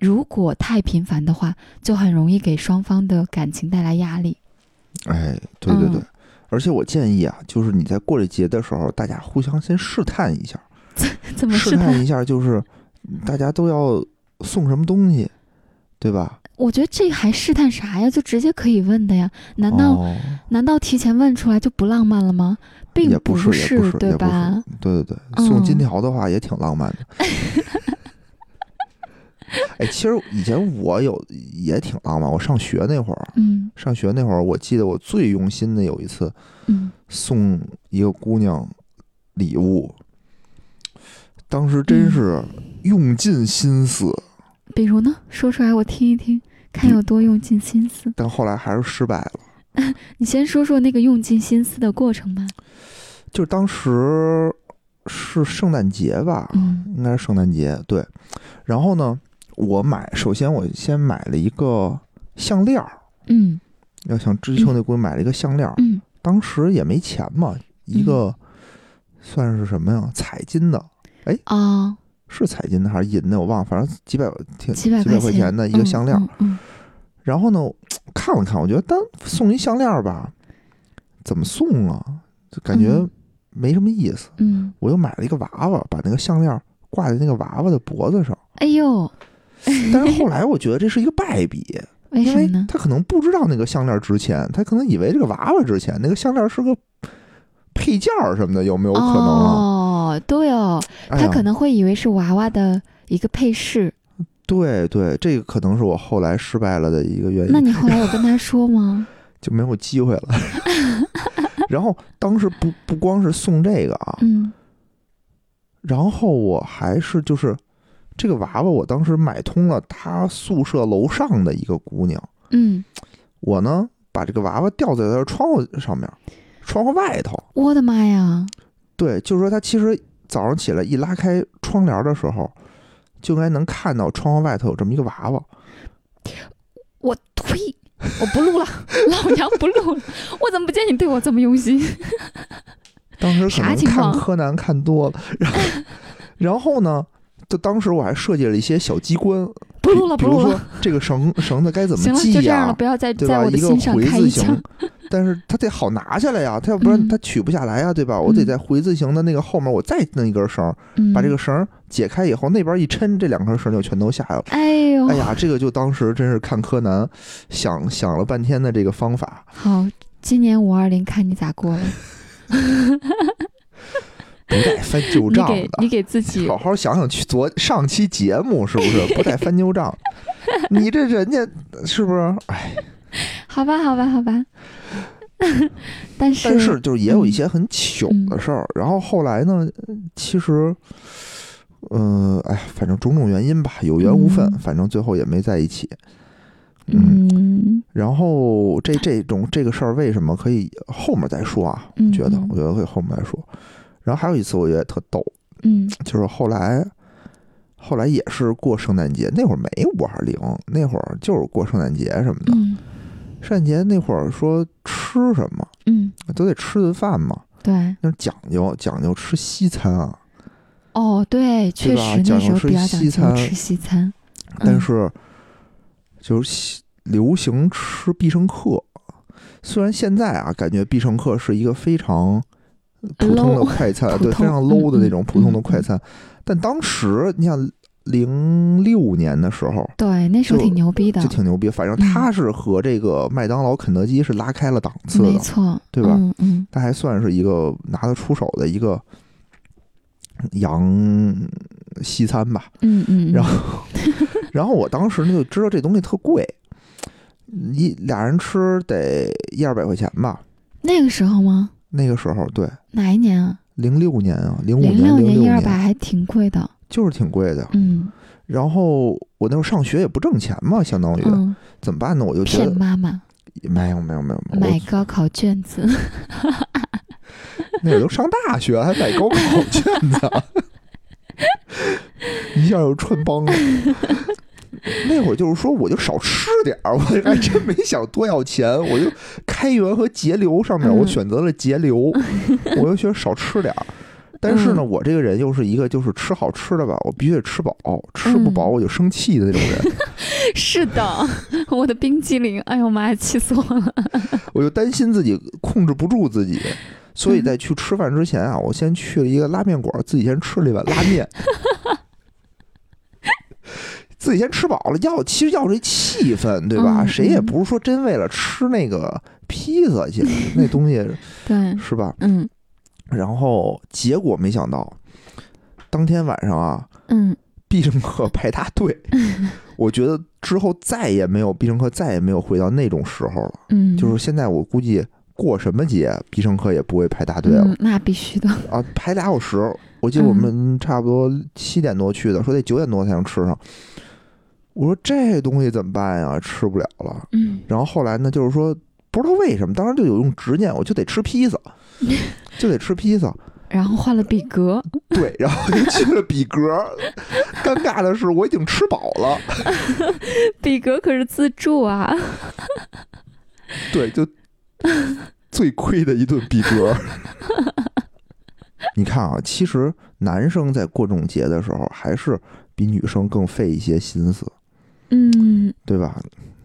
Speaker 3: 如果太频繁的话，就很容易给双方的感情带来压力。
Speaker 2: 哎，对对对
Speaker 3: 嗯，
Speaker 2: 而且我建议啊，就是你在过这节的时候，大家互相先试探一下，
Speaker 3: 怎么
Speaker 2: 试
Speaker 3: 试
Speaker 2: 探
Speaker 3: 探？
Speaker 2: 一下，就是大家都要送什么东西，对吧？
Speaker 3: 我觉得这还试探啥呀？就直接可以问的呀？难道、
Speaker 2: 哦
Speaker 3: 难道提前问出来就不浪漫了吗？并
Speaker 2: 也不
Speaker 3: 不
Speaker 2: 是也不是
Speaker 3: 对
Speaker 2: 也不
Speaker 3: 吧？
Speaker 2: 对对对，
Speaker 3: 嗯
Speaker 2: 送金条的话也挺浪漫的。 哎，其实以前我有也挺浪漫，我上学那会儿，
Speaker 3: 嗯
Speaker 2: 上学那会儿，我记得我最用心的有一次
Speaker 3: 嗯
Speaker 2: 送一个姑娘礼物，当时真是用尽心思，
Speaker 3: 比如呢？说出来我听一听，看有多用尽心思。
Speaker 2: 但后来还是失败了。
Speaker 3: 你先说说那个用尽心思的过程吧。
Speaker 2: 就是当时是圣诞节吧，
Speaker 3: 嗯
Speaker 2: 应该是圣诞节对。然后呢，我买首先我先买了一个项链儿，
Speaker 3: 嗯
Speaker 2: 要想知秋那姑娘买了一个项链儿，
Speaker 3: 嗯
Speaker 2: 当时也没钱嘛，一个算是什么呀？彩金的，
Speaker 3: 啊、
Speaker 2: 是彩金的还是银的？我忘了，反正几百挺
Speaker 3: 几百
Speaker 2: 几百
Speaker 3: 块
Speaker 2: 块钱的一个项链儿。
Speaker 3: 嗯嗯
Speaker 2: 然后呢，看了看，我觉得单送一项链儿吧，怎么送啊？就感觉
Speaker 3: 嗯
Speaker 2: 没什么意思。
Speaker 3: 嗯嗯
Speaker 2: 我又买了一个娃娃，把那个项链儿挂在那个娃娃的脖子 上。
Speaker 3: 哎呦，
Speaker 2: 但是后来我觉得这是一个败笔，
Speaker 3: 为
Speaker 2: 因
Speaker 3: 什么
Speaker 2: 为
Speaker 3: 呢？
Speaker 2: 他可能不知道那个项链值钱，他可能以为这个娃娃值钱，那个项链是个配件儿什么的，有没有可能啊？
Speaker 3: 哦，对哦，
Speaker 2: 哎呀
Speaker 3: 他可能会以为是娃娃的一个配饰。
Speaker 2: 对对，这个可能是我后来失败了的一个原
Speaker 3: 那
Speaker 2: 因，
Speaker 3: 你后来有跟他 说吗？
Speaker 2: 就没有机会了。 然后当时不不光是送这个啊，
Speaker 3: 嗯
Speaker 2: 然后我还是就是这个娃娃，我当时买通了他宿舍楼上的一个姑娘，
Speaker 3: 嗯，
Speaker 2: 我呢把这个娃娃吊在她的窗户上面，窗户外头。
Speaker 3: 我的妈呀！
Speaker 2: 对，就是说他其实早上起来一拉开窗帘的时候，就应该能看到窗户外头有这么一个娃娃。
Speaker 3: 我呸！我不 录了，老娘不录了！我怎么不见你对我这么用心？
Speaker 2: 当时可
Speaker 3: 啥
Speaker 2: 能
Speaker 3: 情
Speaker 2: 看
Speaker 3: 况
Speaker 2: 柯南看多了，然后然后呢，就当时我还设计了一些小机关，
Speaker 3: 不录了，
Speaker 2: 比
Speaker 3: 不
Speaker 2: 比如
Speaker 3: 录
Speaker 2: 说
Speaker 3: 了！
Speaker 2: 这个绳绳子该怎
Speaker 3: 行
Speaker 2: 么
Speaker 3: 了，
Speaker 2: 系
Speaker 3: 就这样
Speaker 2: 呀、
Speaker 3: 了，不要再
Speaker 2: 对
Speaker 3: 在
Speaker 2: 吧？
Speaker 3: 我的
Speaker 2: 一个
Speaker 3: 心上
Speaker 2: 回
Speaker 3: 开
Speaker 2: 字
Speaker 3: 一
Speaker 2: 形
Speaker 3: 枪。，
Speaker 2: 但是它得好拿下来呀，它要不然
Speaker 3: 嗯
Speaker 2: 它取不下来呀，对吧？我得
Speaker 3: 嗯
Speaker 2: 在回字形的那个后面，我再弄一根绳，
Speaker 3: 嗯，
Speaker 2: 把这个，绳解开以后，那边一抻，这两根绳就全都下来了。
Speaker 3: 哎呦，
Speaker 2: 哎呀，这个就当时真是看柯南，想想了半天的这个方法，
Speaker 3: 好，今年五二零看你咋过了？
Speaker 2: 不带翻旧
Speaker 3: 你
Speaker 2: 账
Speaker 3: 给你
Speaker 2: 的。
Speaker 3: 给自己
Speaker 2: 好好想想，去昨上期节目是不是不带翻旧账？你这人家是不是？哎，
Speaker 3: 好吧，好吧，好吧。 但是，
Speaker 2: 但是就是也有一些很糗的
Speaker 3: 嗯
Speaker 2: 事儿。然后后来呢，其实，嗯、哎呀，反正种种原因吧，有缘无分，
Speaker 3: 嗯
Speaker 2: 反正最后也没在一起。嗯，
Speaker 3: 嗯
Speaker 2: 然后
Speaker 3: 哎
Speaker 2: 这这种这个事儿为什么可以后面再说啊？
Speaker 3: 嗯
Speaker 2: 我觉得
Speaker 3: 嗯
Speaker 2: 我觉得可以后面再说。然后还有一次我觉得特逗，
Speaker 3: 嗯
Speaker 2: 就是后来后来也是过圣诞节，那会儿没五二零，那会儿就是过圣诞节什么的。
Speaker 3: 嗯
Speaker 2: 圣诞节那会儿说吃什么
Speaker 3: 嗯，
Speaker 2: 都得吃顿饭嘛，
Speaker 3: 对，
Speaker 2: 那讲究讲究吃西餐啊。
Speaker 3: 哦，对，确
Speaker 2: 吧
Speaker 3: 实
Speaker 2: 讲
Speaker 3: 那
Speaker 2: 究
Speaker 3: 时候
Speaker 2: 吃
Speaker 3: 比较讲
Speaker 2: 西餐
Speaker 3: 究吃西餐，
Speaker 2: 但
Speaker 3: 嗯
Speaker 2: 是就是西流行吃必胜客。虽然现在啊，感觉必胜客是一个非常普通的
Speaker 3: low，
Speaker 2: 快餐，
Speaker 3: 普
Speaker 2: 对，非
Speaker 3: 通
Speaker 2: 常 low 的那
Speaker 3: 嗯
Speaker 2: 种
Speaker 3: 嗯
Speaker 2: 普通的
Speaker 3: 嗯
Speaker 2: 快
Speaker 3: 嗯
Speaker 2: 餐，但当时你想零六年的时候，
Speaker 3: 对，啊嗯那时候
Speaker 2: 就
Speaker 3: 挺牛逼的
Speaker 2: 就，挺牛逼。反正它是和这个麦当劳、肯德基是拉开了档次
Speaker 3: 没
Speaker 2: 的，
Speaker 3: 错，
Speaker 2: 对吧
Speaker 3: 嗯嗯，
Speaker 2: 它还算是一个拿得出手的一个洋西餐吧。
Speaker 3: 嗯嗯，
Speaker 2: 然后，然后我当时呢就知道这东西特贵，一俩人吃得一二百块钱吧。
Speaker 3: 那个时候吗？
Speaker 2: 那个时候，对，
Speaker 3: 哪一年啊？
Speaker 2: 零六年啊，零五
Speaker 3: 零
Speaker 2: 零
Speaker 3: 六
Speaker 2: 六
Speaker 3: 一二百还挺贵的，
Speaker 2: 就是挺贵的。
Speaker 3: 嗯
Speaker 2: 然后我那时候上学也不挣钱嘛，相当于、
Speaker 3: 嗯，
Speaker 2: 怎么办呢？我就觉
Speaker 3: 骗
Speaker 2: 得
Speaker 3: 妈妈
Speaker 2: 没有没有没有，没有
Speaker 3: 买
Speaker 2: 我
Speaker 3: 高考卷子，
Speaker 2: 那会儿都上大学了还买高考卷子，一下就穿帮了。那会儿就是说，我就少吃点儿，我还真没想多要钱，我就开源和节流上面，
Speaker 3: 嗯
Speaker 2: 我选择了节流，我就觉得少吃点儿。但是呢，
Speaker 3: 嗯
Speaker 2: 我这个人又是一个就是吃好吃的吧，我必须得吃饱，吃不饱
Speaker 3: 嗯
Speaker 2: 我就生气的那种人。
Speaker 3: 是的， 我的冰激凌，哎呦妈呀，气死我了，
Speaker 2: 我就担心自己控制不住自 己，所以在去吃饭之前啊，我先去了一个拉面馆，自己先吃了一碗拉 面，自己先吃饱了，要其实要这气氛，对吧？
Speaker 3: 嗯
Speaker 2: 谁也
Speaker 3: 嗯
Speaker 2: 不是说真为了吃那个披萨 去，那东西
Speaker 3: 对，
Speaker 2: 是吧？
Speaker 3: 嗯
Speaker 2: 然后结果没想到，当天晚上啊，
Speaker 3: 嗯，
Speaker 2: 必胜客排大 队，我觉得之后再也没有必胜客再也没有回到那种时候了。
Speaker 3: 嗯，
Speaker 2: 就是现在我估计过什么节必胜客也不会排大队了、
Speaker 3: 嗯，那必须的，
Speaker 2: 啊，排俩小时。我记得我们差不多七点多去的，说得九点多才能吃上。我说这东西怎么办呀？吃不了了。
Speaker 3: 嗯，
Speaker 2: 然后后来呢，就是说不知道为什么，当时就有一种执念，我就得吃披 萨，就得吃披萨。
Speaker 3: 然后换了比格，
Speaker 2: 对，然后就去了比格。尴尬的是，我已经吃饱了，
Speaker 3: 比格可是自助啊，
Speaker 2: 对，就最亏的一顿逼格。 你看啊，其实男生在过这种节的时候，还是比女生更费一些心思，
Speaker 3: 嗯，
Speaker 2: 对吧？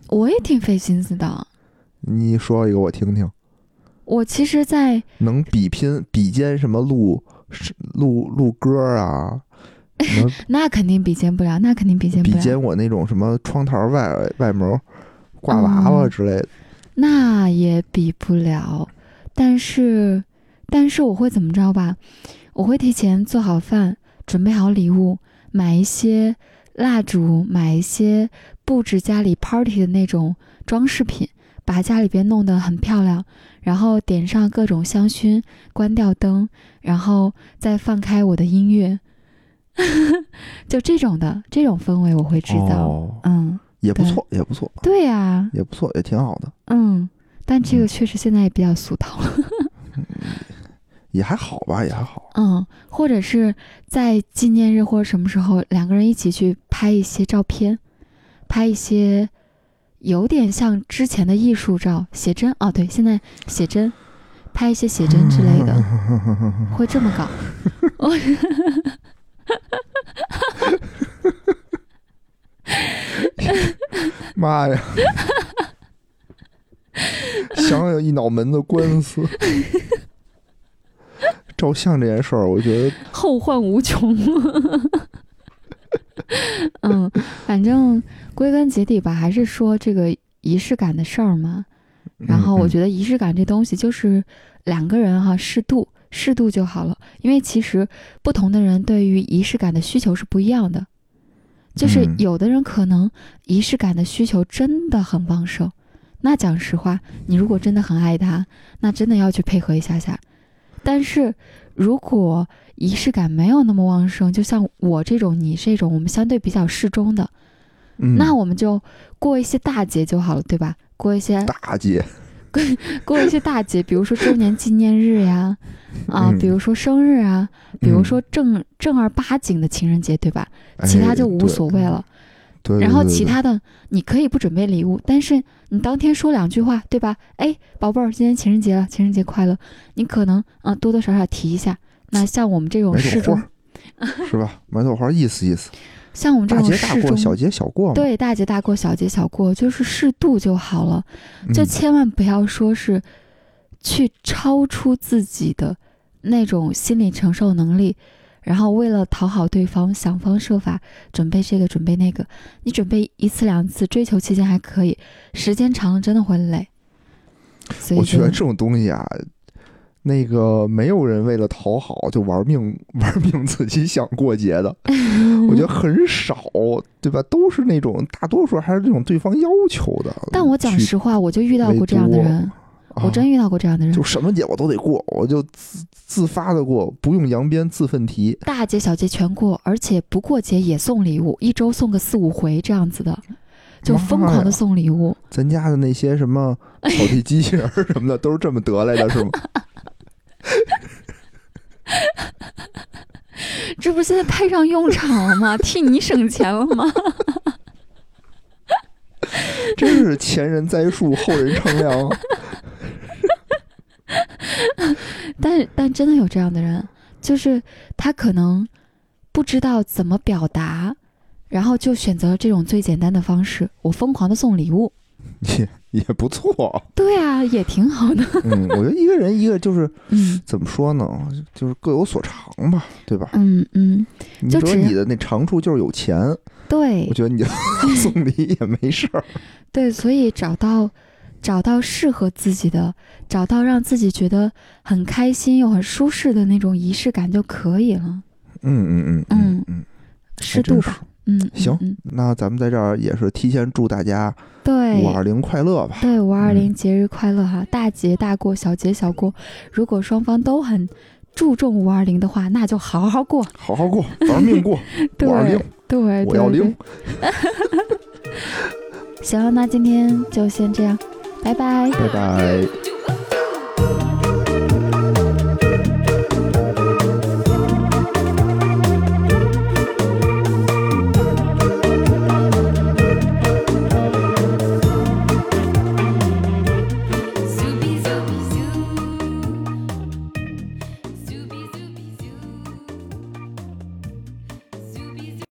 Speaker 3: 我也挺费心思的，
Speaker 2: 你说一个我听听，
Speaker 3: 我其实，在
Speaker 2: 能比拼比肩什么录是录录歌啊，什么
Speaker 3: 那肯定比肩不了，那肯定比肩不
Speaker 2: 比
Speaker 3: 了，
Speaker 2: 肩我那种什么窗台外外膜挂娃娃
Speaker 3: 嗯
Speaker 2: 之类的，
Speaker 3: 那也比不了。但是，但是我会怎么着吧？我会提前做好饭，准备好礼物，买一些蜡烛，买一些布置家里 party 的那种装饰品，把家里边弄得很漂亮，然后点上各种香薰，关掉灯，然后再放开我的音乐， 就这种的这种氛围我会制造。
Speaker 2: 哦，
Speaker 3: 嗯，
Speaker 2: 也不
Speaker 3: 对
Speaker 2: 错，也不错，
Speaker 3: 对啊呀、
Speaker 2: 也不错，也挺好的，
Speaker 3: 嗯，但这个确实现在也比较俗套了。
Speaker 2: 也还好吧，也还好。
Speaker 3: 嗯，或者是在纪念日或者什么时候，两个人一起去拍一些照片，拍一些有点像之前的艺术照、写真哦，对，现在写真，拍一些写真之类的，会这么搞。我
Speaker 2: 妈 呀！想想一脑门子官司，照相这件事儿，我觉得
Speaker 3: 后患无穷。嗯，反正归根结底吧，还是说这个仪式感的事儿嘛。
Speaker 2: 嗯
Speaker 3: 然后我觉得仪式感这东西就是两个人哈、适度适度就好了，因为其实不同的人对于仪式感的需求是不一样的，就是
Speaker 2: 嗯
Speaker 3: 有的人可能仪式感的需求真的很旺盛，那讲实话，你如果真的很爱他，那真的要去配合一下下。但是如果仪式感没有那么旺盛，就像我这种、你这种，我们相对比较适中的，
Speaker 2: 嗯，嗯
Speaker 3: 那我们就过一些大节就好了，对吧？过一些
Speaker 2: 大姐，
Speaker 3: 过一些大节，比如说周年纪念日呀，啊，
Speaker 2: 嗯
Speaker 3: 比如说生日啊，比如
Speaker 2: 嗯
Speaker 3: 说正正儿八经的情人节，对吧？
Speaker 2: 哎
Speaker 3: 其他就无所谓了。
Speaker 2: 对，对
Speaker 3: 然后
Speaker 2: 对对
Speaker 3: 其
Speaker 2: 对
Speaker 3: 他的你可以不准备礼物，但是你当天说两句话，对吧？哎，宝贝儿，今天情人节了，情人节快乐。你可能嗯、呃多多少少提一下。那像我们这种
Speaker 2: 买
Speaker 3: 适
Speaker 2: 朵
Speaker 3: 中
Speaker 2: 花，儿是吧？买朵花儿意思意思，
Speaker 3: 像我们这
Speaker 2: 大
Speaker 3: 种
Speaker 2: 节大
Speaker 3: 适
Speaker 2: 过，
Speaker 3: 中，
Speaker 2: 小节小过嘛。
Speaker 3: 对大节大过，小节小过，就是适度就好了。
Speaker 2: 嗯，
Speaker 3: 就千万不要说是去超出自己的那种心理承受能力，然后为了讨好对方，想方设法准备这个准备那个。你准备一次两次，追求期间还可以，时间长了真的会累。所以
Speaker 2: 我觉
Speaker 3: 就
Speaker 2: 得这种东西啊，那个没有人为了讨好就玩命 玩命自己想过节 的，我觉得很少，对吧？都是那种大多数还是这种对方要求的。
Speaker 3: 但我讲
Speaker 2: 去
Speaker 3: 实话，我就遇到过这样的
Speaker 2: 唯独
Speaker 3: 人，
Speaker 2: 啊、
Speaker 3: 我真遇到过这样的人
Speaker 2: 就，什么节我都得过，我就自自发的过，不用扬鞭自奋蹄。
Speaker 3: 大节小节全过，而且不过节也送礼物，一周送个四五回这样子的，就疯狂
Speaker 2: 妈
Speaker 3: 的
Speaker 2: 呀
Speaker 3: 送礼物。
Speaker 2: 咱家的那些什么扫地机器人儿什么的，都是这么得来的，是吗？
Speaker 3: 这不是现在派上用场了 吗？替你省钱了吗？
Speaker 2: 真是前人栽树，后人乘凉。
Speaker 3: 但但真的有这样的人，就是他可能不知道怎么表达，然后就选择了这种最简单的方式，我疯狂的送礼物。
Speaker 2: 也也不错，
Speaker 3: 对啊，也挺好的。
Speaker 2: 嗯，我觉得一个人一个就是
Speaker 3: 嗯
Speaker 2: 怎么说呢，就是各有所长吧，对吧？
Speaker 3: 嗯嗯，
Speaker 2: 你
Speaker 3: 就
Speaker 2: 说
Speaker 3: 只要
Speaker 2: 你的那长处就是有钱，
Speaker 3: 对
Speaker 2: 我觉得 你就送礼也没事儿。
Speaker 3: 对，所以找到找到适合自己的，找到让自己觉得很开心又很舒适的那种仪式感就可以了，
Speaker 2: 嗯嗯嗯嗯，
Speaker 3: 适度
Speaker 2: 真
Speaker 3: 吧。嗯，嗯
Speaker 2: 行
Speaker 3: 嗯，
Speaker 2: 那咱们在这儿也是提前祝大家
Speaker 3: 对，
Speaker 2: 五二零快乐吧。
Speaker 3: 对，五二零
Speaker 2: 嗯
Speaker 3: 节日快乐哈！大节大过，小节小过。如果双方都很注重五二零的话，那就好好过。
Speaker 2: 好好过，玩命过，
Speaker 3: 对
Speaker 2: 五二零，
Speaker 3: 对，
Speaker 2: 我要
Speaker 3: 对
Speaker 2: 零。。
Speaker 3: 对行，那今天就先这样，拜拜。
Speaker 2: 拜拜。
Speaker 1: du